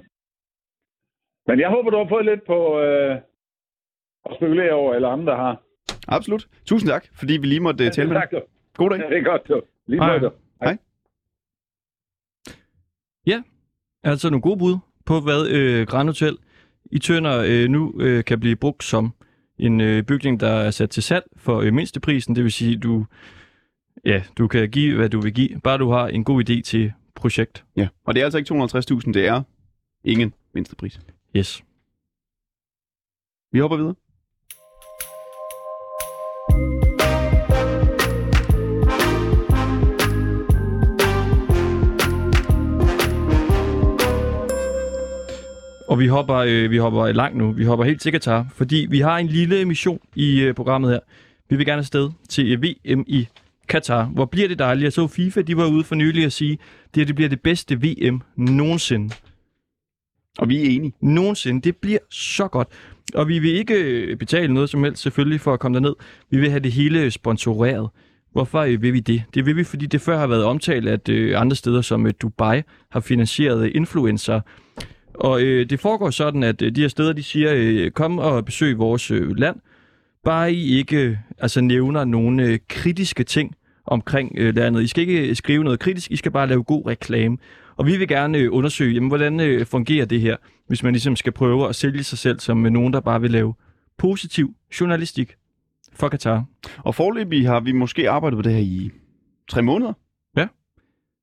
Speaker 5: Men jeg håber, du har fået lidt på øh, at spekulere over, eller andre har.
Speaker 2: Absolut. Tusind tak, fordi vi lige måtte øh, tale med dig.
Speaker 5: Tak, du.
Speaker 2: God dag.
Speaker 5: Ja, Det er godt, du. Lige
Speaker 1: Hej.
Speaker 5: måde, du.
Speaker 1: Altså nogle gode bud på, hvad øh, Grand Hotel i Tønder øh, nu øh, kan blive brugt som en øh, bygning, der er sat til salg for øh, mindsteprisen. Det vil sige, du, ja, du kan give, hvad du vil give, bare du har en god idé til projekt.
Speaker 2: Ja. Og det er altså ikke 250.000, det er ingen mindstepris.
Speaker 1: Yes.
Speaker 2: Vi hopper videre.
Speaker 1: Og vi hopper, øh, vi hopper langt nu. Vi hopper helt til Qatar, fordi vi har en lille mission i øh, programmet her. Vi vil gerne afsted til øh, VM i Qatar. Hvor bliver det dejligt? Jeg så FIFA, de var ude for nylig at sige, det her det bliver det bedste VM nogensinde.
Speaker 2: Og vi er enige.
Speaker 1: nogensinde. Det bliver så godt. Og vi vil ikke øh, betale noget som helst selvfølgelig for at komme derned. Vi vil have det hele sponsoreret. Hvorfor øh, vil vi det? Det vil vi, fordi det før har været omtalt, at øh, andre steder som øh, Dubai har finansieret øh, influencer. Og øh, det foregår sådan, at øh, de her steder, de siger, øh, kom og besøg vores øh, land. Bare I ikke øh, altså, nævner nogle øh, kritiske ting omkring øh, landet. I skal ikke skrive noget kritisk, I skal bare lave god reklame. Og vi vil gerne øh, undersøge, jamen, hvordan øh, fungerer det her? hvis man ligesom skal prøve at sælge sig selv som øh, nogen, der bare vil lave positiv journalistik for Katar.
Speaker 2: Og forløbig har vi måske arbejdet på det her i tre måneder.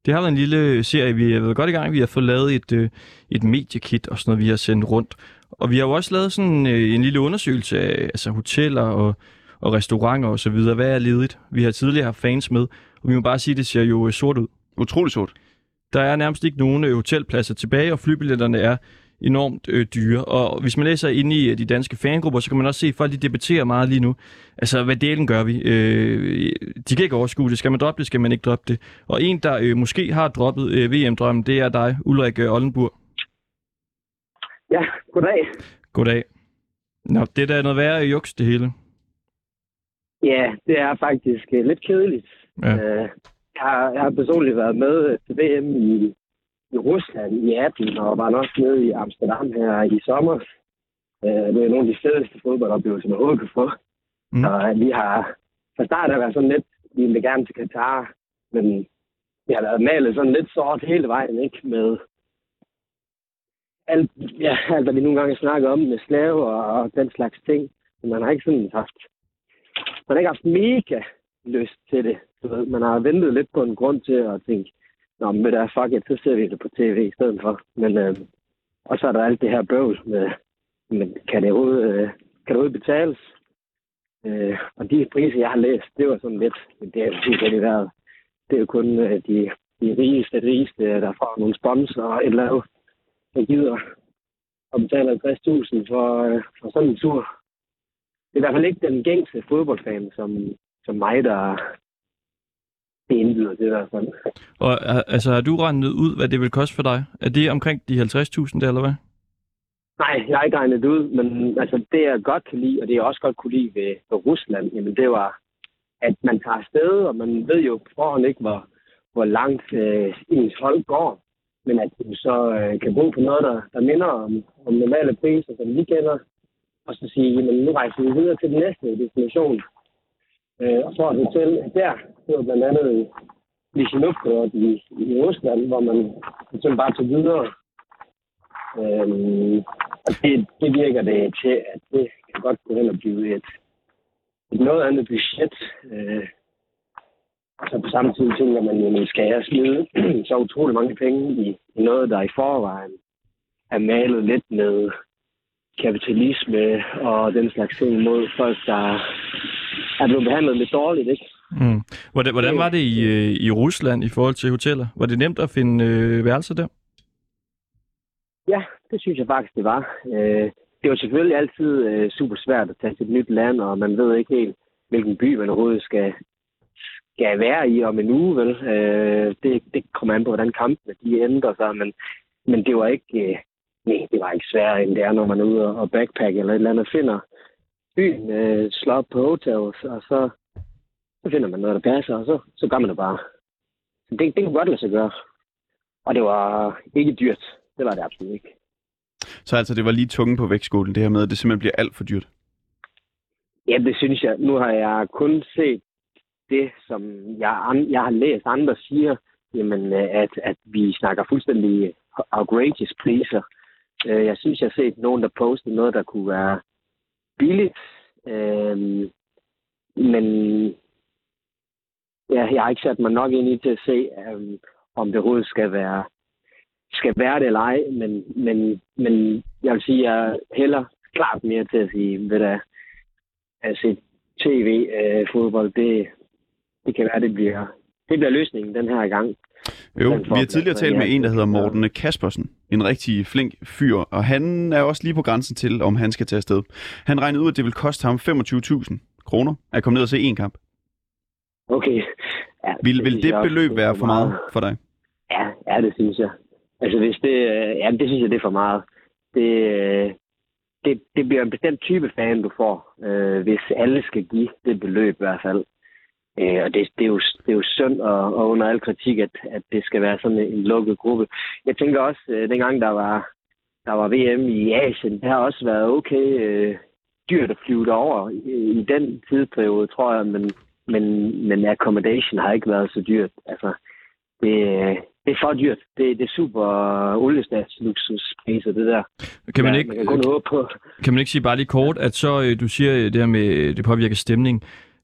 Speaker 1: Det har været en lille serie, vi har været godt i gang. Vi har fået lavet et, øh, et mediekit og sådan noget, vi har sendt rundt. Og vi har jo også lavet sådan øh, en lille undersøgelse af altså hoteller og, og restauranter og så videre. Hvad er ledigt? Vi har tidligere haft fans med, og vi må bare sige, at det ser jo øh, sort ud.
Speaker 2: Utrolig sort.
Speaker 1: Der er nærmest ikke nogen øh, hotelpladser tilbage, og flybilletterne er enormt øh, dyre. Og hvis man læser ind i øh, de danske fangrupper, så kan man også se, at folk de debatterer meget lige nu. Altså, hvad delen gør vi? Øh, de kan ikke overskue det. Skal man droppe det? Skal man ikke droppe det? Og en, der øh, måske har droppet øh, VM-drømmen, det er dig, Ulrik øh, Oldenburg.
Speaker 4: Ja, goddag.
Speaker 1: Goddag. Nå, det er da noget værre øh, juks, det hele.
Speaker 6: Ja, det er faktisk øh, lidt kedeligt.
Speaker 1: Ja.
Speaker 6: Ja. Øh, jeg, har, jeg har personligt været med øh, til VM i, i Rusland i 18, og var nok nede i Amsterdam her i sommer. Øh, det er nogle af de fedeste fodboldoplevelser, man overhovedet kan få.
Speaker 1: Mm.
Speaker 6: Mm. Og vi har fra start af været sådan lidt, vi ville gerne til Katar, men vi har været malet sådan lidt sort hele vejen, ikke? Med alt, ja, alt hvad vi nogle gange snakker om med slaver og, og den slags ting. Men man har ikke sådan haft man har ikke haft mega lyst til det. Du ved, man har ventet lidt på en grund til at tænke, Nå, men ved du hvad, fuck it, så ser vi det på tv i stedet for. Men, øh, og så er der alt det her bøvl med, men kan det overhovedet, øh, kan det overhovedet betales? Øh, og de priser, jeg har læst, det var sådan lidt, men det er jo sådan set i vejret. Det er jo kun øh, de, de rigeste, rigeste, øh, der får nogle sponsorer og et eller andet, der gider at betale 50.000 for, øh, for sådan en tur det er i hvert fald ikke den gængse fodboldfan, som, som mig, der det indbyder det der sådan.
Speaker 1: Og øh, altså, har du regnet ud, hvad det vil koste for dig? Er det omkring de 50.000 der, eller hvad?
Speaker 6: Nej, jeg har ikke regnet det ud, men altså, det jeg godt kan lide, og det jeg også godt kunne lide ved, ved Rusland, jamen det var, at man tager afsted, og man ved jo på forhånd ikke, hvor, hvor langt øh, ens hold går, men at du så øh, kan bo på noget, der, der minder om, om normale priser, som vi kender, og så sige, jamen nu rejser vi videre til den næste destination, øh, og får et hotel der, det var blandt andet i Vishnupkort i, i Rusland, hvor man ligesom bare tog videre Øhm, og det, det virker det til, at det kan godt gå hen og blive et, et noget andet budget. Øh, så på samme tid tænker man, jamen skal jeg smide så utrolig mange penge i, i noget, der i forvejen er malet lidt med kapitalisme og den slags ting mod folk, der er blevet behandlet lidt dårligt, ikke?
Speaker 1: Mm. Hvordan, hvordan var det i, øh, i Rusland i forhold til hoteller? Var det nemt at finde øh, værelser der?
Speaker 6: Ja, det synes jeg faktisk, det var. Øh, det var selvfølgelig altid øh, super svært at tage til et nyt land, og man ved ikke helt, hvilken by man overhovedet skal, skal være i om en uge, vel? Øh, det, det kommer an på, hvordan kampene de ændrer sig, men, men det var ikke... Øh, nej, det var ikke sværere, end det er, når man er ude og, og backpack eller et eller andet, finder byen, øh, slår op på hotels, og så, så finder man noget, der passer, og så, så gør man det bare. Så det, det kunne godt lade sig gøre. Og det var ikke dyrt. Det var det absolut ikke.
Speaker 2: Så altså, det var lige tungen på vægtskålen, det her med, at det simpelthen bliver alt for dyrt.
Speaker 6: Ja, det synes jeg. Nu har jeg kun set det, som jeg, an- jeg har læst andre siger, jamen, øh, at, at vi snakker fuldstændig outrageous priser. Øh, Jeg synes, jeg har set nogen, der postede noget, der kunne være billigt, øhm, men ja, jeg har ikke sat mig nok ind i til at se, øhm, om det overhovedet skal være, skal være det eller ej, men, men, men jeg vil sige, jeg heller klart mere til at sige, ved da, at se tv-fodbold, det, det kan være, det bliver, det bliver løsningen den her gang.
Speaker 2: Jo,
Speaker 6: Den
Speaker 2: vi har
Speaker 6: forplads,
Speaker 2: tidligere
Speaker 6: der
Speaker 2: talt med
Speaker 6: er
Speaker 2: en, der
Speaker 6: det.
Speaker 2: hedder Morten Kaspersen. En rigtig flink fyr, og han er også lige på grænsen til, om han skal tage afsted. Han regnede ud, at det vil koste ham 25.000 kroner at komme ned og se en kamp.
Speaker 6: Okay. Ja,
Speaker 2: Vil, vil
Speaker 6: synes jeg
Speaker 2: det
Speaker 6: også,
Speaker 2: beløb
Speaker 6: er
Speaker 2: være for meget for dig?
Speaker 6: Ja, ja, det synes jeg. Altså, hvis det, øh, ja, det synes jeg, det er for meget. Det, øh, det, det bliver en bestemt type fan, du får, øh, hvis alle skal give det beløb i hvert fald. Øh, og det, det, er jo, det er jo synd og, og under al kritik, at, at det skal være sådan en lukket gruppe. Jeg tænker også, øh, dengang der var, der var VM i Asien, det har også været okay øh, dyrt at flyve derover i, i den tidsperiode, tror jeg, men, men, men accommodation har ikke været så dyrt. Altså, det, øh, det er for dyrt. Det, det er super oliestatsluksuspriser, det der.
Speaker 1: Kan man,
Speaker 6: Ja,
Speaker 1: ikke,
Speaker 6: man kan kun håbe på.
Speaker 1: kan man ikke sige bare lige kort, at så øh, du siger øh, det her med, øh, det påvirker stemning.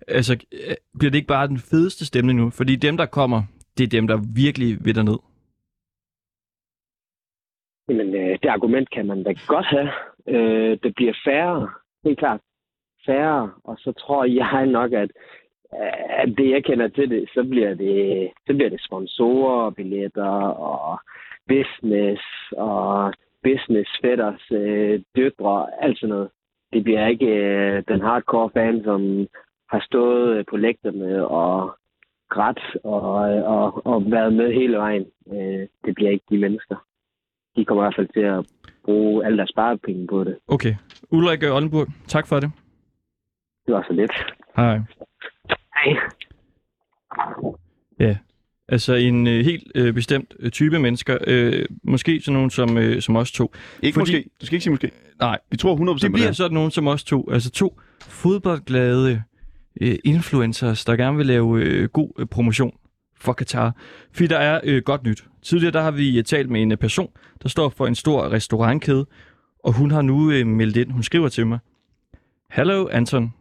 Speaker 1: Altså, øh, bliver det ikke bare den fedeste stemning nu? Fordi dem, der kommer, det er dem, der virkelig vil derned.
Speaker 6: Jamen, øh, det argument kan man da godt have. Øh, det bliver færre, helt klart. Færre, og så tror jeg nok, at, at det, jeg kender til det, så bliver det, så bliver det sponsorer, billetter og business og business fætters øh, døtre og alt sådan noget. Det bliver ikke øh, den hardcore fan, som har stået øh, på lægterne og grædt og, øh, og, og været med hele vejen. Øh, det bliver ikke de mennesker de kommer i hvert fald til at bruge alle deres sparepenge på det.
Speaker 1: Okay. Ulrik øh, Oldenburg, tak for det.
Speaker 6: Det var så lidt.
Speaker 1: Hej.
Speaker 6: Hej.
Speaker 1: Ja, altså en øh, helt øh, bestemt øh, type mennesker. Øh, måske sådan nogen som, øh, som os to.
Speaker 2: Ikke
Speaker 1: Fordi-
Speaker 2: måske. Du skal ikke sige måske.
Speaker 1: Nej,
Speaker 2: Vi tror 100% på
Speaker 1: det
Speaker 2: det
Speaker 1: bliver
Speaker 2: her.
Speaker 1: sådan nogen som os to. Altså to fodboldglade øh, influencers, der gerne vil lave øh, god øh, promotion for Katar. Fordi der er øh, godt nyt. Tidligere der har vi øh, talt med en øh, person, der står for en stor restaurantkæde, og hun har nu øh, meldt ind. Hun skriver til mig. Hello Anton,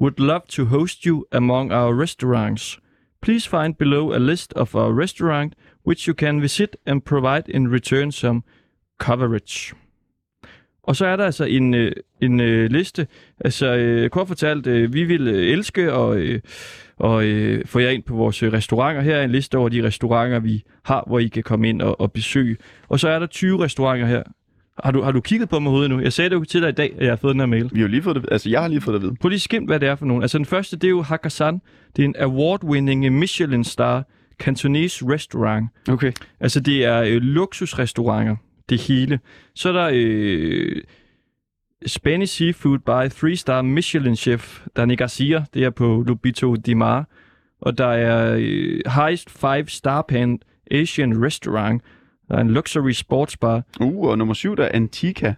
Speaker 1: would love to host you among our restaurants. Please find below a list of our restaurant which you can visit and provide in return some coverage. Og så er der altså en, øh, en øh, liste. Altså, øh, kort fortalt, øh, vi vil øh, elske og, øh, og øh, få jer ind på vores øh, restauranter. Her er en liste over de restauranter, vi har, hvor I kan komme ind og, og besøge. Og så er der 20 restauranter her. Har du, har du kigget på mig hovedet nu? Jeg sagde det jo til dig i dag, at jeg har fået den her mail.
Speaker 2: Vi har jo lige fået det, altså jeg har lige fået det at vide.
Speaker 1: Prøv lige skimt, hvad det er for nogen. Altså den første, det er jo Hakkasan. Det er en award-winning Michelin-star Cantonese restaurant.
Speaker 2: Okay.
Speaker 1: Altså det er øh, luksusrestauranter, det hele. Så er der øh, Spanish Seafood by 3-star Michelin-chef Dani Garcia. Det er på Lubito Di Mar. Og der er øh, Highest 5-star Pan Asian Restaurant. Der er en luxury sportsbar.
Speaker 2: Uh, og nummer syv, der er Antica.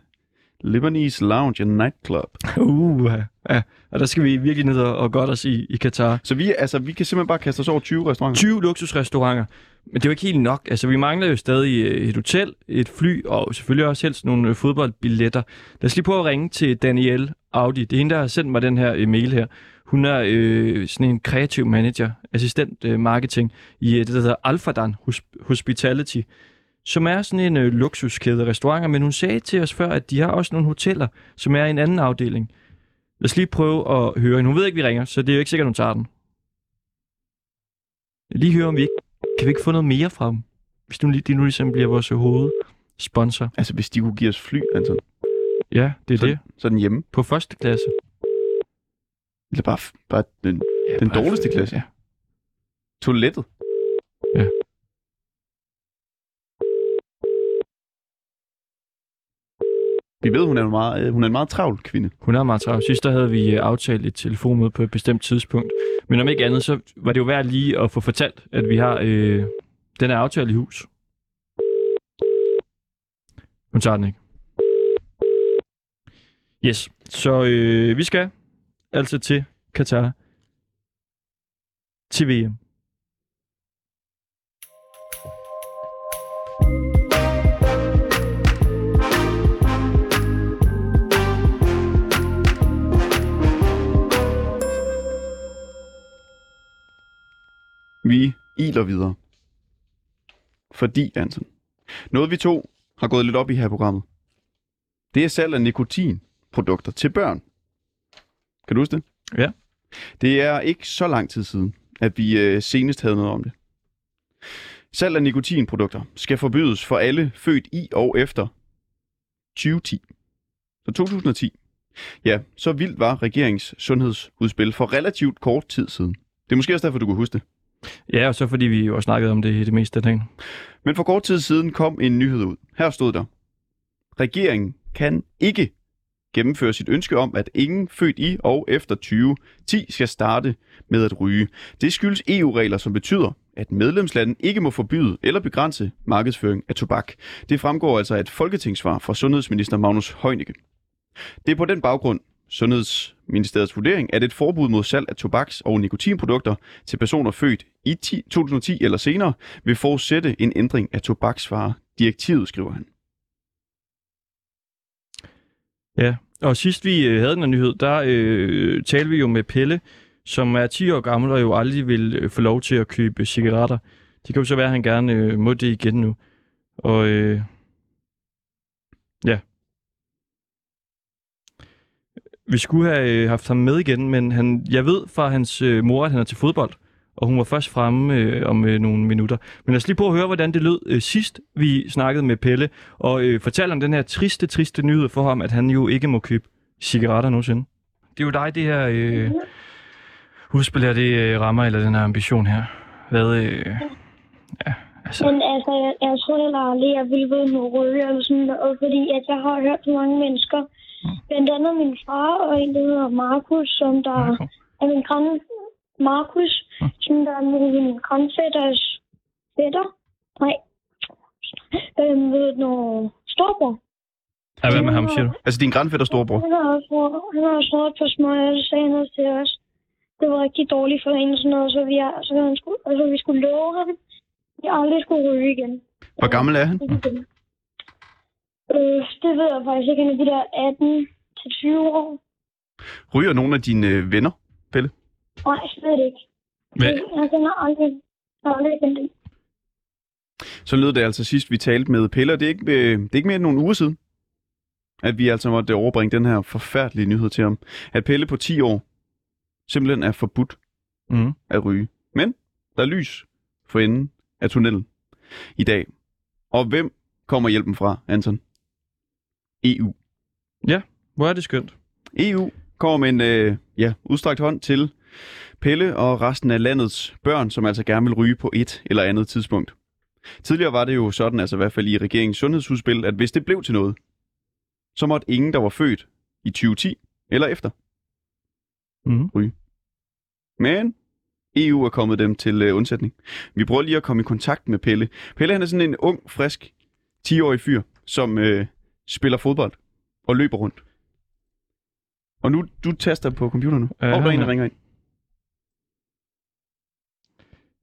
Speaker 2: Lebanese Lounge and Nightclub.
Speaker 1: Uh, ja. Og der skal vi virkelig ned og, og godt os i, i Katar.
Speaker 2: Så vi, altså, vi kan simpelthen bare kaste os over 20 restauranter.
Speaker 1: 20 luksusrestauranter. Men det er jo ikke helt nok. Altså, vi mangler jo stadig øh, et hotel, et fly og selvfølgelig også helst nogle øh, fodboldbilletter. Lad os lige prøve at ringe til Danielle Audi. Det er hende, der har sendt mig den her øh, mail her. Hun er øh, sådan en kreativ manager, assistent øh, marketing i øh, det, der hedder Alfadan Hosp- Hospitality, som er sådan en øh, luksuskæde af restauranter. Men hun sagde til os før, at de har også nogle hoteller, som er i en anden afdeling. Lad os lige prøve at høre hende. Hun ved ikke, vi ringer, så det er jo ikke sikkert, hun tager den. Lige høre, om vi ikke... Kan vi ikke få noget mere fra dem? Hvis nu lige, de nu ligesom bliver vores hoved sponsor.
Speaker 2: Altså, hvis de kunne give os fly, Anton,
Speaker 1: Ja, det er
Speaker 2: Så-
Speaker 1: det.
Speaker 2: så er den hjemme.
Speaker 1: På første klasse.
Speaker 2: Eller bare, bare den,
Speaker 1: Ja,
Speaker 2: den
Speaker 1: bare-
Speaker 2: dårligste klasse.
Speaker 1: Ja.
Speaker 2: toilettet.
Speaker 1: Ja.
Speaker 2: Vi ved, hun er en meget, øh, hun er en meget travl kvinde.
Speaker 1: Hun er meget travlt. Sidst der havde vi øh, aftalt et telefonmøde på et bestemt tidspunkt. Men om ikke andet, så var det jo værd lige at få fortalt, at vi har øh, den er aftale i hus. Hun tager den ikke. Yes, så øh, vi skal altså til Katar til VM.
Speaker 2: Vi iler videre. Fordi, Anton, noget vi to har gået lidt op i her i programmet, det er salg af nikotinprodukter til børn. Kan du huske det?
Speaker 1: Ja.
Speaker 2: Det er ikke så lang tid siden, at vi øh, senest havde noget om det. Salg af nikotinprodukter skal forbydes for alle født i og efter 2010. Så 2010. Ja, så vildt var regeringens sundhedsudspil for relativt kort tid siden. Det er måske også derfor, du kunne huske det.
Speaker 1: Ja, og så fordi vi jo har snakket om det i det meste af dagen.
Speaker 2: Men for kort tid siden kom en nyhed ud. Her stod der. Regeringen kan ikke gennemføre sit ønske om, at ingen født i og efter 2010 skal starte med at ryge. Det skyldes EU-regler, som betyder, at medlemslandene ikke må forbyde eller begrænse markedsføring af tobak. Det fremgår altså af et folketingssvar fra sundhedsminister Magnus Heunicke. Det er på den baggrund Sundhedsministeriets vurdering, at et forbud mod salg af tobaks- og nikotinprodukter til personer født i 10, 2010 eller senere vil forudsætte en ændring af tobaksvaredirektivet, skriver han.
Speaker 1: Ja, og sidst vi øh, havde den her nyhed, der øh, talte vi jo med Pelle, som er 10 år gammel og jo aldrig vil øh, få lov til at købe cigaretter. Det kan jo så være, at han gerne øh, må det igen nu. Og øh, ja. Vi skulle have øh, haft ham med igen, men han, jeg ved fra hans øh, mor, at han er til fodbold, og hun var først fremme øh, om øh, nogle minutter. Men lad os lige prøve at høre, hvordan det lød øh, sidst, vi snakkede med Pelle, og øh, fortæller om den her triste, triste nyhed for ham, at han jo ikke må købe cigaretter nogensinde. Det er jo dig, det her øh, udspil her, det øh, rammer, eller den her ambition her. Hvad, øh,
Speaker 7: Men altså, jeg, jeg tror heller aldrig, jeg ville begynde at ryge eller sådan noget, fordi at jeg har hørt så mange mennesker, blandt andet min far og en, der hedder Markus, som der
Speaker 1: Marco?
Speaker 7: er min græn... Markus, som der er min min grænfætters fætter. Nej. Øhm, ved nu, storbror.
Speaker 1: Ja, hvad med ham, siger du?
Speaker 2: Altså din grandfætter storebror.
Speaker 7: Han har også råd- han har også råd på smøger, og så sagde han også til os, det var rigtig dårligt for hende, og sådan noget, så vi, er- så han skulle, altså, vi skulle love ham, at jeg aldrig skulle ryge igen.
Speaker 2: Hvor gammel er han?
Speaker 7: Øh, det ved jeg faktisk ikke. Han er de der 18 til 20 år.
Speaker 2: Ryger nogle af dine øh, venner?
Speaker 7: Nej, slet ikke.
Speaker 1: Hvad?
Speaker 7: Han kender aldrig, aldrig igen det.
Speaker 2: Så lød det altså sidst, vi talte med Pelle, og det er ikke, øh, det er ikke mere end nogle uger siden, at vi altså måtte overbringe den her forfærdelige nyhed til ham. At Pelle på 10 år simpelthen er forbudt
Speaker 1: Mm.
Speaker 2: at ryge. Men der er lys for enden af tunnelen i dag. Og hvem kommer hjælpen fra, Anton? E EU.
Speaker 1: Hvor er det skønt.
Speaker 2: EU E kommer med en øh, ja, udstrakt hånd til Pelle og resten af landets børn, som altså gerne vil ryge på et eller andet tidspunkt. Tidligere var det jo sådan, altså i hvert fald i regeringens sundhedsudspil, at hvis det blev til noget, så måtte ingen, der var født i 2010 eller efter, Mm-hmm.
Speaker 1: Mm.
Speaker 2: Men EU er kommet dem til øh, undsætning. Vi prøver lige at komme i kontakt med Pelle. Pelle han er sådan en ung, frisk, 10-årig fyr, som øh, spiller fodbold og løber rundt. Og nu, du taster på computeren nu.
Speaker 1: Ja,
Speaker 2: Ja, og der er en,
Speaker 1: han
Speaker 2: der
Speaker 1: er-
Speaker 2: ringer ind.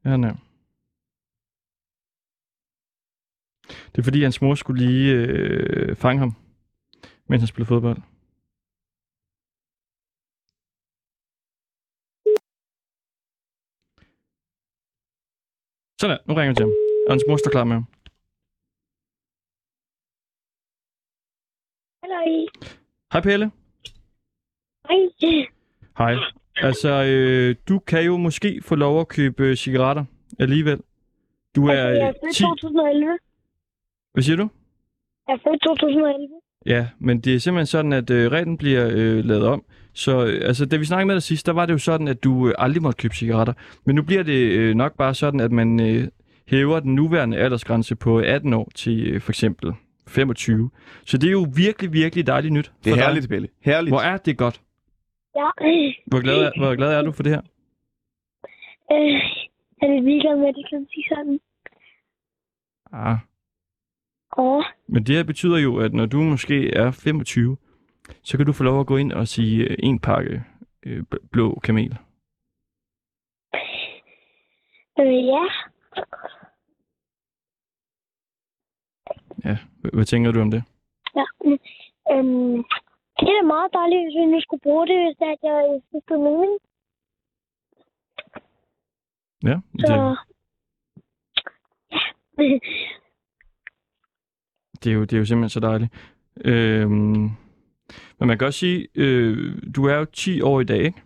Speaker 1: Ja, nej. Det er fordi, hans mor skulle lige øh, fange ham, mens han spillede fodbold. Sådan, der. nu ringer vi til ham. Og hans mor står klar med ham.
Speaker 7: Hallo.
Speaker 1: Hej Pelle.
Speaker 7: Hej.
Speaker 1: Hej. Altså, øh, du kan jo måske få lov at købe øh, cigaretter alligevel. Du
Speaker 7: Altså, jeg
Speaker 1: er
Speaker 7: er
Speaker 1: øh,
Speaker 7: født
Speaker 1: 10.
Speaker 7: 2011.
Speaker 1: Hvad siger du?
Speaker 7: Jeg er født 2011.
Speaker 1: Ja, men det er simpelthen sådan, at øh, reglen bliver øh, lavet om. Så øh, altså, da vi snakkede med dig sidst, der var det jo sådan, at du øh, aldrig måtte købe cigaretter. Men nu bliver det øh, nok bare sådan, at man øh, hæver den nuværende aldersgrænse på 18 år til øh, for eksempel 25. Så det er jo virkelig, virkelig dejligt nyt.
Speaker 2: Det er
Speaker 1: for dig.
Speaker 2: herligt, Pelle. Herligt.
Speaker 1: Hvor er det godt.
Speaker 7: Ja.
Speaker 1: Hvor glad, er, hvor glad er du for det her?
Speaker 7: Øh, jeg er lidt ligeglad med, at det kan man sige sådan.
Speaker 1: Ah.
Speaker 7: Åh,
Speaker 1: Men det her betyder jo, at når du måske er 25, så kan du få lov at gå ind og sige øh, en pakke øh, bl- blå kamel.
Speaker 7: øh, ja.
Speaker 1: Ja, h- hvad tænker du om det?
Speaker 7: ja. Øhm, det er da meget dejligt, hvis vi nu skulle bruge det, hvis det er, at jeg skiftede mening.
Speaker 1: Ja,
Speaker 7: Så...
Speaker 1: det,
Speaker 7: Ja.
Speaker 1: det, er, jo, det er jo simpelthen så dejligt. Øhm, men man kan også sige, øh, du er jo 10 år i dag, ikke?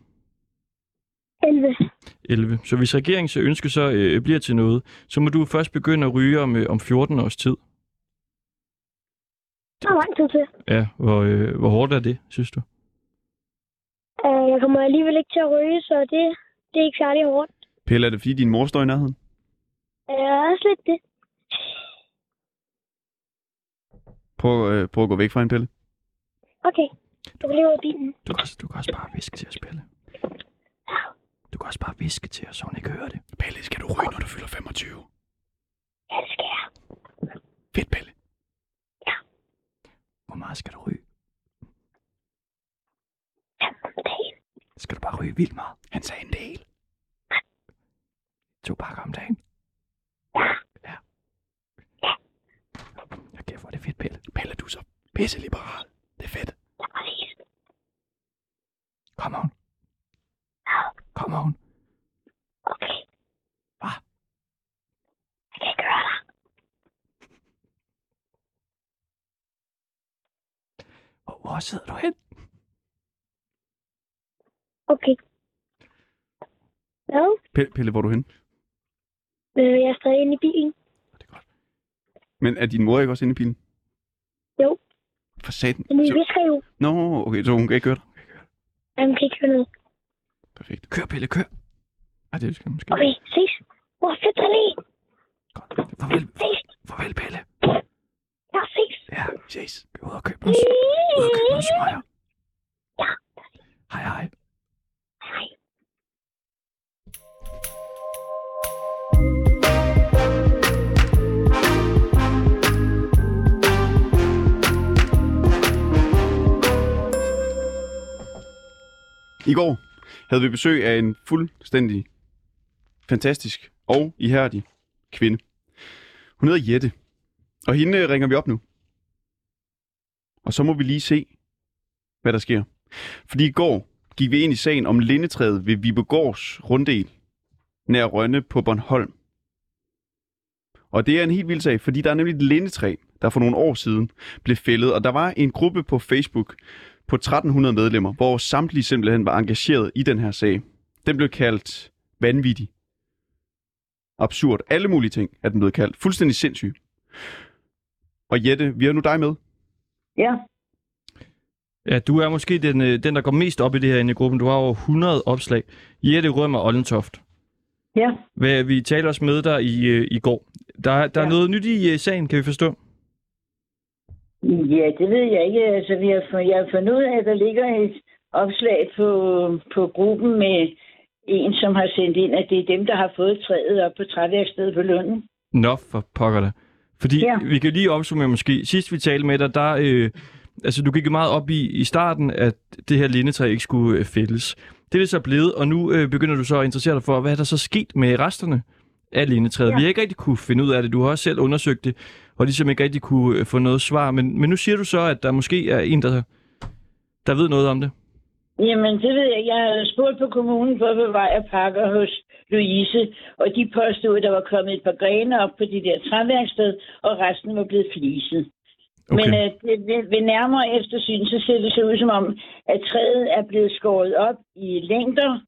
Speaker 7: 11.
Speaker 1: 11. Så hvis regeringens ønske så øh, bliver til noget, så må du først begynde at ryge om, øh, om 14 års tid.
Speaker 7: Der er lang tid til.
Speaker 1: Ja, hvor, øh, hvor hårdt er det, synes du?
Speaker 7: Øh, jeg kommer alligevel ikke til at ryge, så det, det er ikke særlig hårdt.
Speaker 2: Pelle, er det fordi din mor står i nærheden?
Speaker 7: Øh, også lidt det.
Speaker 2: Prøv, øh, prøv at gå væk fra hende, Pelle.
Speaker 7: Okay. Du kan lige ud af bilen.
Speaker 1: Du kan, også- du kan også bare viske til at spille. Du kan også bare viske til os, så hun ikke hører det.
Speaker 2: Pelle, skal du ryge, når du fylder 25?
Speaker 7: Ja, det skal jeg.
Speaker 2: Fedt, Pelle.
Speaker 1: Hvor meget skal du ryge?
Speaker 7: 15 dage.
Speaker 1: Skal du bare ryge vildt meget?
Speaker 2: Han sagde en del.
Speaker 1: To pakker om dagen? Ja. Jeg kæft, hvor er det fedt, Pelle.
Speaker 2: Pelle, du er så pisseliberal. Det er fedt.
Speaker 7: Ja, præcis.
Speaker 1: Kom on. Kom on.
Speaker 7: Okay.
Speaker 1: Hva?
Speaker 7: Jeg kan ikke høre dig.
Speaker 1: Hvor, hvor sidder du hen?
Speaker 7: Okay. Hvad?
Speaker 2: Pelle, Pelle, hvor er du hen?
Speaker 7: Øh, jeg er stadig inde i bilen.
Speaker 1: Det er godt.
Speaker 2: Men er din mor ikke også inde i bilen?
Speaker 7: Jo.
Speaker 2: For satan.
Speaker 7: Men vi
Speaker 2: Så,
Speaker 7: visker jo.
Speaker 2: nå, okay, så hun kan ikke høre dig.
Speaker 7: Ej, man kan ikke høre noget.
Speaker 2: Perfekt.
Speaker 1: Kør, Pelle, kør. Ej, det skal jeg måske.
Speaker 7: Okay, ses. Hvor fedt er det?
Speaker 1: Godt. Farvel,
Speaker 7: Ses.
Speaker 1: farvel, Pelle.
Speaker 7: Ja, ses.
Speaker 1: Ja, ses. Gå ud og køb nogle, ud og køb nogle smøger.
Speaker 7: Ja.
Speaker 1: Hej, hej.
Speaker 7: Hej.
Speaker 2: I går havde vi besøg af en fuldstændig fantastisk og ihærdig kvinde. Hun hedder Jette, og hende øh, ringer vi op nu. Og så må vi lige se, hvad der sker. Fordi i går gik vi ind i sagen om lindetræet ved Vibegårds runddel nær Rønne på Bornholm. Og det er en helt vild sag, fordi der er nemlig et lindetræ, der for nogle år siden blev fældet, og der var en gruppe på Facebook, på 1300 medlemmer, hvor samtlige simpelthen var engageret i den her sag. Den blev kaldt vanvittig. Absurd. Alle mulige ting er den blevet kaldt. Fuldstændig sindssyg. Og Jette, vi har nu dig med.
Speaker 4: Ja,
Speaker 1: Ja, du er måske den, øh, den, der går mest op i det her inde i gruppen. Du har over 100 opslag. Jette Rømer Ollentoft.
Speaker 4: ja.
Speaker 1: Hvad, vi taler os med dig i, øh, i går. Der, er- der ja. er
Speaker 4: Ja.
Speaker 1: noget nyt i øh, sagen, kan vi forstå.
Speaker 4: Ja, det ved jeg ikke. Altså, vi har, fun- jeg har fundet ud af, at der ligger et opslag på, på gruppen med en, som har sendt ind, at det er dem, der har fået træet op på træværkstedet på Lunden.
Speaker 1: Nå, for pokker da. Fordi ja.
Speaker 4: Ja.
Speaker 1: vi kan lige opsummere måske. Sidst vi talte med dig, der... Øh, altså, du gik jo meget op i, i starten, at det her lindetræ ikke skulle øh, fældes. Det er det så blevet, og nu øh, begynder du så at interessere dig for, hvad er der så sket med resterne af lindetræet? Ja. Vi har ikke rigtig kunne finde ud af det. Du har også selv undersøgt det, og ligesom ikke rigtig kunne øh, få noget svar. Men, men nu siger du så, at der måske er en, der, der ved noget om det.
Speaker 4: Jamen, det ved jeg. Jeg har spurgt på kommunen for at bevare pakker hos Louise, og de påstod, at der var kommet et par grene op på de der træværksted, og resten var blevet fliset. Okay. Men øh, det, ved, ved nærmere eftersyn, så ser det så ud som om, at træet er blevet skåret op i længder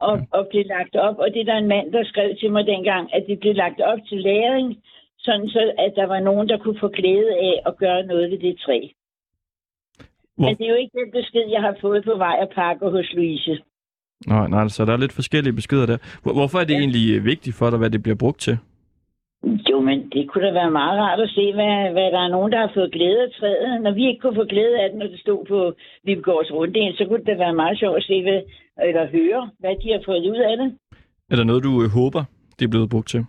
Speaker 4: og, ja. og blev lagt op. Og det er der en mand, der skrev til mig dengang, at det blev lagt op til læring, sådan så at der var nogen, der kunne få glæde af at gøre noget ved det træ.
Speaker 1: Hvor-
Speaker 4: Men det er jo ikke den besked, jeg har fået på vej af pakker hos Louise.
Speaker 1: Nej, nej, så der er lidt forskellige beskeder der. Hvor- Hvorfor er det egentlig øh, vigtigt for dig, hvad det bliver brugt til?
Speaker 4: Jo, men det kunne da være meget rart at se, hvad, hvad der er nogen, der har fået glæde af træet. Når vi ikke kunne få glæde af det, når det stod på Vibgårds runddel, så kunne det da være meget sjovt at se, hvad, eller høre, hvad de har fået ud af det.
Speaker 1: Er der noget, du øh, håber, det er blevet brugt til?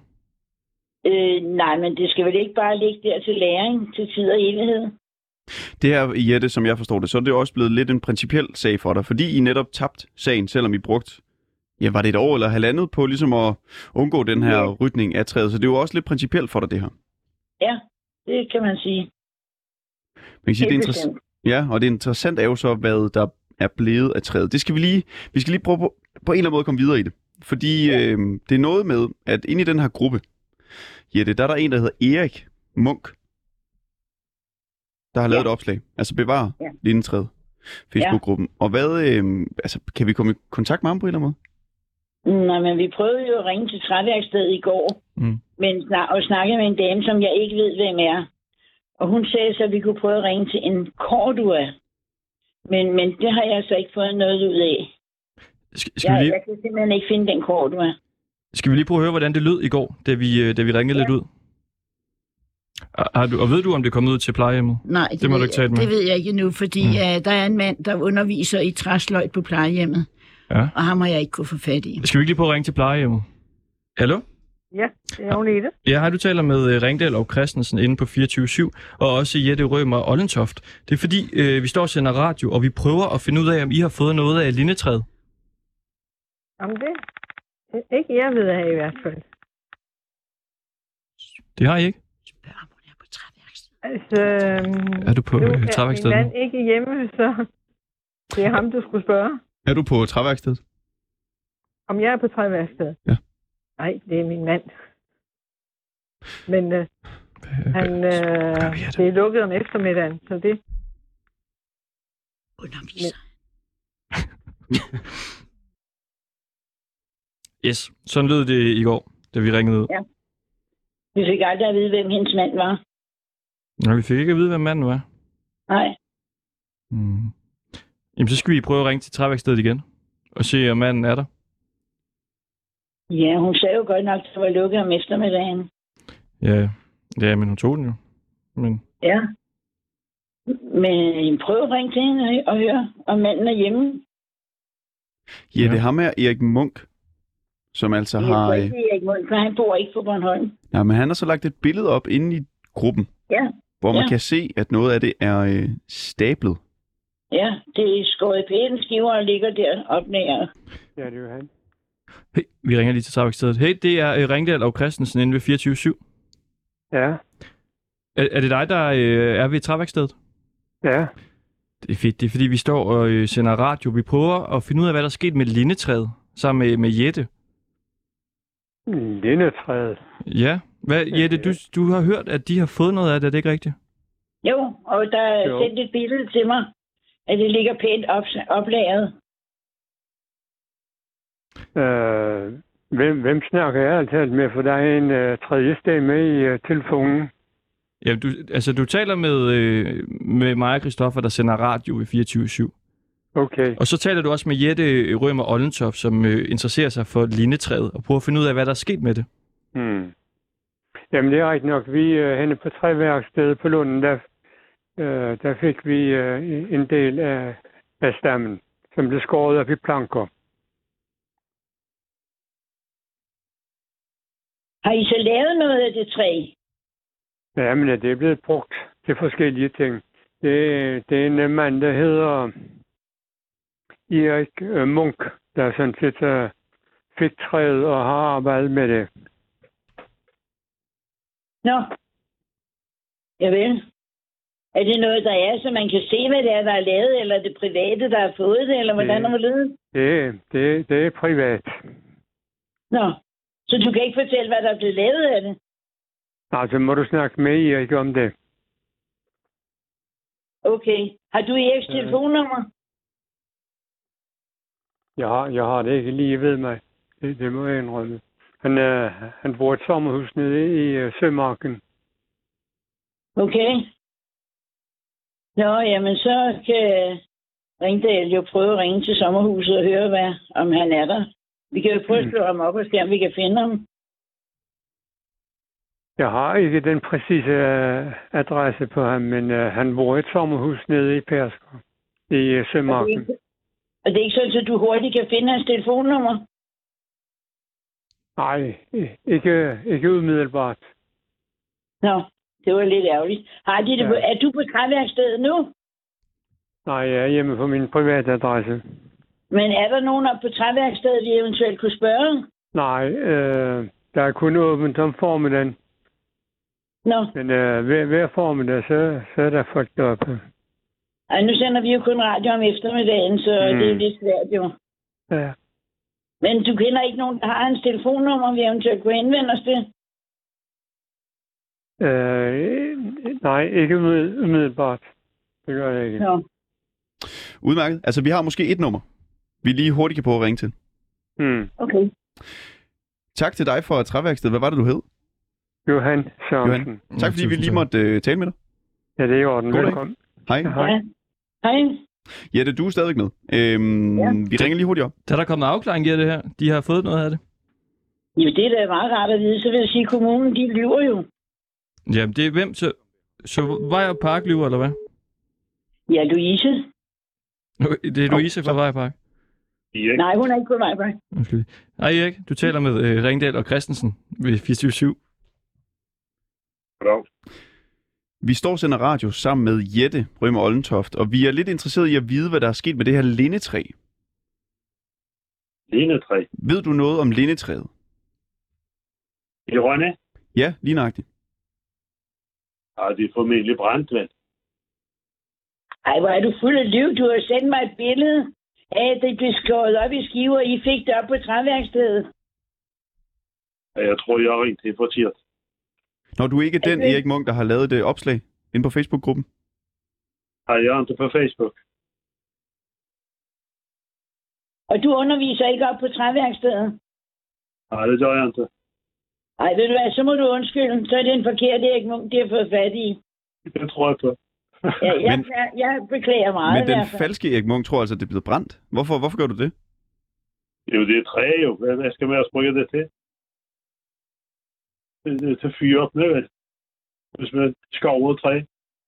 Speaker 4: Øh, nej, men det skal vel ikke bare ligge der til læring, til tid og evighed.
Speaker 2: Det her, Jette, som jeg forstår det, så er det også blevet lidt en principiel sag for dig, fordi I netop tabt sagen, selvom I brugt, ja, var det et år eller halvandet på ligesom at undgå den her
Speaker 4: Ja.
Speaker 2: rytning af træet, så det er jo også lidt principielt for dig, det her.
Speaker 4: Ja, det kan man sige.
Speaker 2: Man kan sige, det er
Speaker 4: Helt
Speaker 2: interess-
Speaker 4: bestemt.
Speaker 2: ja, og det interessante er jo så, hvad der er blevet af træet. Det skal vi lige, vi skal lige prøve på, på en eller anden måde at komme videre i det. Fordi ja. øh, det er noget med, at inde i den her gruppe, Jette, der er der en, der hedder Erik Munk, der har lavet
Speaker 4: Ja.
Speaker 2: et opslag. Altså bevar ja.
Speaker 4: Ja.
Speaker 2: lindetræet. Facebook-gruppen. Og hvad, øh, altså, kan vi komme i kontakt med ham på en eller anden måde?
Speaker 4: Nej, men vi prøvede jo at ringe til træværkstedet i går,
Speaker 1: Mm.
Speaker 4: men snak- og snakke med en dame, som jeg ikke ved, hvem er. Og hun sagde så, at vi kunne prøve at ringe til en Cordua. Men, men det har jeg så ikke fået noget ud af.
Speaker 1: Skal,
Speaker 4: Jeg,
Speaker 1: skal, vi lige,
Speaker 4: jeg kan simpelthen ikke finde den Cordua.
Speaker 1: skal vi lige prøve at høre, hvordan det lød i går, da vi, øh, da vi ringede lidt ud? Har- Har du, og ved du, om det er kommet ud til plejehjemmet?
Speaker 8: Nej, det,
Speaker 1: Det må
Speaker 8: ved,
Speaker 1: du ikke tale med.
Speaker 8: det ved jeg ikke nu, fordi mm. uh, der er en mand, der underviser i træsløjt på plejehjemmet.
Speaker 1: Ja.
Speaker 8: Og ham har jeg ikke kunne få fat i.
Speaker 1: Skal vi ikke lige prøve at ringe til plejehjemmet? Hallo?
Speaker 9: Ja, det er hun i det.
Speaker 1: Ja, hej, du taler med øh, Ringdal og Christensen inde på 24 og også Jette Rømer og Ollentoft. Det er fordi, øh, vi står og sender radio, og vi prøver at finde ud af, om I har fået noget af lindetræet.
Speaker 9: Jamen det, ikke jeg ved af i hvert fald.
Speaker 1: Det har I ikke?
Speaker 8: Spørg ham, hvor det er på træværkstedet.
Speaker 9: Altså,
Speaker 1: Er du på
Speaker 9: nu
Speaker 1: øh,
Speaker 9: er min
Speaker 1: træværkstedet?
Speaker 9: mand ikke hjemme, så det er ham, du skulle spørge,
Speaker 2: Er du på træværkstedet?
Speaker 9: om jeg er på træværkstedet.
Speaker 2: Ja.
Speaker 9: Nej, det er min mand. Men øh,
Speaker 1: nu?
Speaker 9: han, øh,
Speaker 1: gør vi af det?
Speaker 9: det er lukket om eftermiddagen, så det,
Speaker 8: Underviser.
Speaker 1: Yes, sådan lød det i går, da vi ringede ud.
Speaker 4: Ja. Vi fik aldrig at vide, hvem hendes mand var.
Speaker 1: Nå, vi fik ikke at vide, hvad manden var.
Speaker 4: Nej.
Speaker 1: Mm. Jamen, så skal vi prøve at ringe til træværkstedet igen, og se, om manden er der.
Speaker 4: Ja, hun sagde jo godt nok, at det var lukket om eftermiddagen.
Speaker 1: Ja, ja men hun tog den jo. Men
Speaker 4: Ja. Men prøv at ringe til hende og høre, om manden er hjemme.
Speaker 2: Ja,
Speaker 1: Ja.
Speaker 2: det er ham her, Erik Munk, som altså
Speaker 4: Jeg
Speaker 2: har...
Speaker 4: tror
Speaker 2: Øh,
Speaker 4: ikke, det er Erik Mund, for han bor ikke på Bornholm.
Speaker 2: nej, men han har så lagt et billede op inde i gruppen,
Speaker 4: Ja.
Speaker 2: hvor man
Speaker 4: Ja.
Speaker 2: kan se, at noget af det er øh, stablet.
Speaker 4: Ja, det er skåret i pæne skiver og ligger der op nær.
Speaker 6: Ja, det er jo han.
Speaker 1: hey, vi ringer lige til træværkstedet. Hey, det er øh, Ringdal og Christensen inde ved 24-7.
Speaker 6: Ja,
Speaker 1: Er, er det dig, der øh, er ved træværkstedet?
Speaker 6: ja.
Speaker 1: Det er fedt. Det er fordi, vi står og øh, sender radio. Vi prøver at finde ud af, hvad der er sket med lindetræet sammen med, med Jette.
Speaker 6: Lindetræet.
Speaker 1: Ja. Hvad, Jette, du, du har hørt, at de har fået noget af det. Er det ikke rigtigt?
Speaker 4: Jo, og der er
Speaker 6: Jo.
Speaker 4: sendt et billede til mig, at det ligger pænt op, oplaget.
Speaker 6: Øh, hvem, hvem snakker jeg altid med? For der er en øh, tredje sted med i øh, telefonen.
Speaker 1: Ja, du, altså, du taler med, øh, med mig og Christoffer, der sender radio i 24
Speaker 6: Okay.
Speaker 1: Og så taler du også med Jette Rømer Ollentop, som øh, interesserer sig for lindetræet, og prøver at finde ud af, hvad der er sket med det.
Speaker 6: Hmm. Jamen, det er rigtigt nok. Vi øh, henne på træværkstedet på Lunden, der, øh, der fik vi øh, en del af, af stammen, som blev skåret op i planker.
Speaker 4: Har I så lavet noget af det træ?
Speaker 6: Ja, men det er blevet brugt til forskellige ting. Det, det er en øh, mand, der hedder Erik øh, Munk, der sådan set øh, fik træet og har arbejdet med det.
Speaker 4: Nå. Jeg ved. Er det noget, der er, så man kan se, hvad det er, der er lavet, eller er det private, der har fået det, eller hvordan
Speaker 6: Det-
Speaker 4: det lyder?
Speaker 6: Det, det, det er privat.
Speaker 4: Nå. Så du kan ikke fortælle, hvad der er blevet lavet af det?
Speaker 6: Altså, må du snakke med Erik om det?
Speaker 4: Okay. Har du Eriks telefonnummer?
Speaker 6: Jeg har, jeg har det ikke lige ved mig. Det, det må jeg indrømme. Han, øh, han bor i et sommerhus nede i øh, Sømarken.
Speaker 4: Okay. Nå, jamen så kan Ringdal jo prøve at ringe til sommerhuset og høre, hvad, om han er der. Vi kan jo prøve at slå ham op og se, om vi kan finde ham.
Speaker 10: Jeg har ikke den præcise øh, adresse på ham, men øh, han bor i et sommerhus nede i Persker,
Speaker 4: Og
Speaker 10: i øh,
Speaker 4: det, er
Speaker 10: Sømarken.
Speaker 4: ikke, og det er ikke sådan, at du hurtigt kan finde hans telefonnummer?
Speaker 10: Nej, i- ikke, ikke umiddelbart.
Speaker 4: Nå, det var lidt ærgerligt. Har de det
Speaker 10: Ja.
Speaker 4: ja. på, er du på træværkstedet nu?
Speaker 10: Nej, jeg er hjemme på min private adresse.
Speaker 4: Men er der nogen oppe på træværkstedet, vi eventuelt kunne spørge?
Speaker 10: Nej, øh, der er kun åbent om formiddagen.
Speaker 4: Nå,
Speaker 10: Men øh, hver, hver formiddag, så, så er der folk deroppe.
Speaker 4: Ej, nu sender vi jo kun radio om eftermiddagen, så
Speaker 10: Mm.
Speaker 4: mm. det er lidt svært jo.
Speaker 10: Ja.
Speaker 4: Men du kender ikke nogen, der har hans telefonnummer, vi eventuelt kunne henvende os til?
Speaker 10: Øh, nej, ikke umiddel- umiddelbart. Det gør jeg ikke.
Speaker 4: Nå.
Speaker 2: Udmærket. Altså, vi har måske et nummer, vi lige hurtigt kan prøve at ringe til.
Speaker 10: Hmm.
Speaker 4: Okay.
Speaker 2: Tak til dig for træværkstedet. Hvad var det, du hed?
Speaker 10: Johan Sørensen.
Speaker 2: Johan. Tak, fordi vi lige måtte øh, tale med dig.
Speaker 10: Ja, det er i orden.
Speaker 2: God dag.
Speaker 10: Velkommen.
Speaker 2: Hej.
Speaker 10: Hej. Ja.
Speaker 4: Hej.
Speaker 2: Jette, du er stadigvæk med. Øhm, ja. Vi ringer lige hurtigt op.
Speaker 1: Der er der kommet afklaring i det her. De har fået noget af det.
Speaker 4: Jo, det er da meget rart at vide. Så vil jeg sige, at kommunen, de lyver jo.
Speaker 1: Jamen, det er hvem? Så, så Vejr Park lyver, eller hvad?
Speaker 4: Ja, Louise.
Speaker 1: Det er Louise fra Vejr Park.
Speaker 4: Erik. Nej, hun er ikke på vej, bare.
Speaker 1: Undskyld. Hej Erik, du taler med øh, Ringdal og Christensen ved 427.
Speaker 2: Goddag. Vi står og sender radio sammen med Jette Rømer Ollentoft, og vi er lidt interesseret i at vide, hvad der er sket med det her lindetræ.
Speaker 11: Lindetræ
Speaker 2: Ved du noget om lindetræet?
Speaker 11: i Rønne.
Speaker 2: Ja, lige nøjagtigt.
Speaker 11: Og det er formentlig brændt, vel?
Speaker 4: Ej, hvor er du fuld af liv. Du har sendt mig et billede af, at det blev skåret op i skiver, og I fik det op på træværkstedet.
Speaker 11: Og jeg tror, jeg har ringet til fortiert.
Speaker 2: Når du ikke er den
Speaker 4: Øh.
Speaker 11: Altså-
Speaker 2: Erik Munk, der har lavet det opslag inde på Facebook-gruppen.
Speaker 11: Har jeg ikke på Facebook?
Speaker 4: Og du underviser ikke op på træværkstedet.
Speaker 11: Nej, det gør jeg ikke.
Speaker 4: Ej, ved du hvad, så må du undskylde. Så er det en forkert Erik Munk, de har fået fat i.
Speaker 11: Det tror jeg på.
Speaker 4: Ja, jeg,
Speaker 2: Men-
Speaker 4: jeg, jeg beklager meget.
Speaker 2: Men
Speaker 4: i
Speaker 2: den
Speaker 4: hvert fald.
Speaker 2: falske Erik Munk tror altså, at det er blevet brændt. Hvorfor, hvorfor gør du det?
Speaker 11: Det er jo det træ, jo. Hvad hvad skal man også bruge det til? Det det er til fyre op med, vel? Hvis man skover et træ.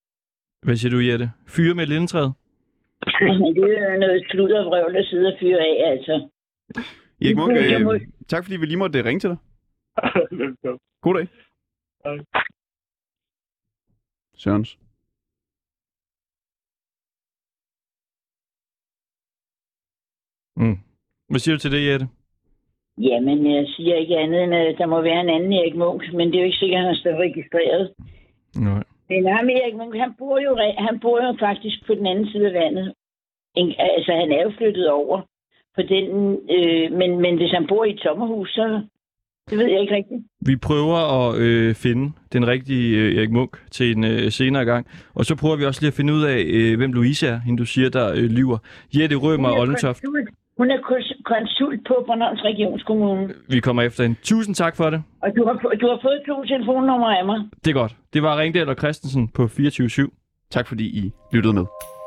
Speaker 1: Hvad siger du, Jette? Fyre med lindetræet?
Speaker 4: Men det er jo noget sluddervrøvl at sidde og fyre af, altså.
Speaker 2: Erik Munk,
Speaker 4: Jeg må-
Speaker 2: øh, tak fordi vi lige måtte øh, ringe til dig.
Speaker 11: Velkommen.
Speaker 2: God dag.
Speaker 11: Hej.
Speaker 2: Sørens.
Speaker 1: Mm. Hvad siger du til det, Jette?
Speaker 4: Jamen, jeg siger ikke andet end, at der må være en anden Erik Munk, men det er jo ikke sikkert, at han står registreret.
Speaker 1: Nej.
Speaker 4: Men ham Erik Munk, han bor jo, re- han bor jo faktisk på den anden side af vandet. En, altså, han er jo flyttet over på den, øh, men, men hvis han bor i et sommerhus, så det ved jeg ikke rigtigt.
Speaker 1: Vi prøver at øh, finde den rigtige øh, Erik Munk til en øh, senere gang. Og så prøver vi også lige at finde ud af, øh, hvem Louise er, hende du siger, der øh, lyver. Jette Rømer
Speaker 4: Hun er
Speaker 1: Ollentoft,
Speaker 4: konsult- Hun er kons- konsult på Bornholms Regionskommune,
Speaker 1: vi kommer efter hende. Tusind tak for det.
Speaker 4: og du har, få- du har fået to telefonnumre af mig.
Speaker 1: Det er godt. Det var Ringdal og Christensen på 24
Speaker 2: Tak fordi I lyttede med.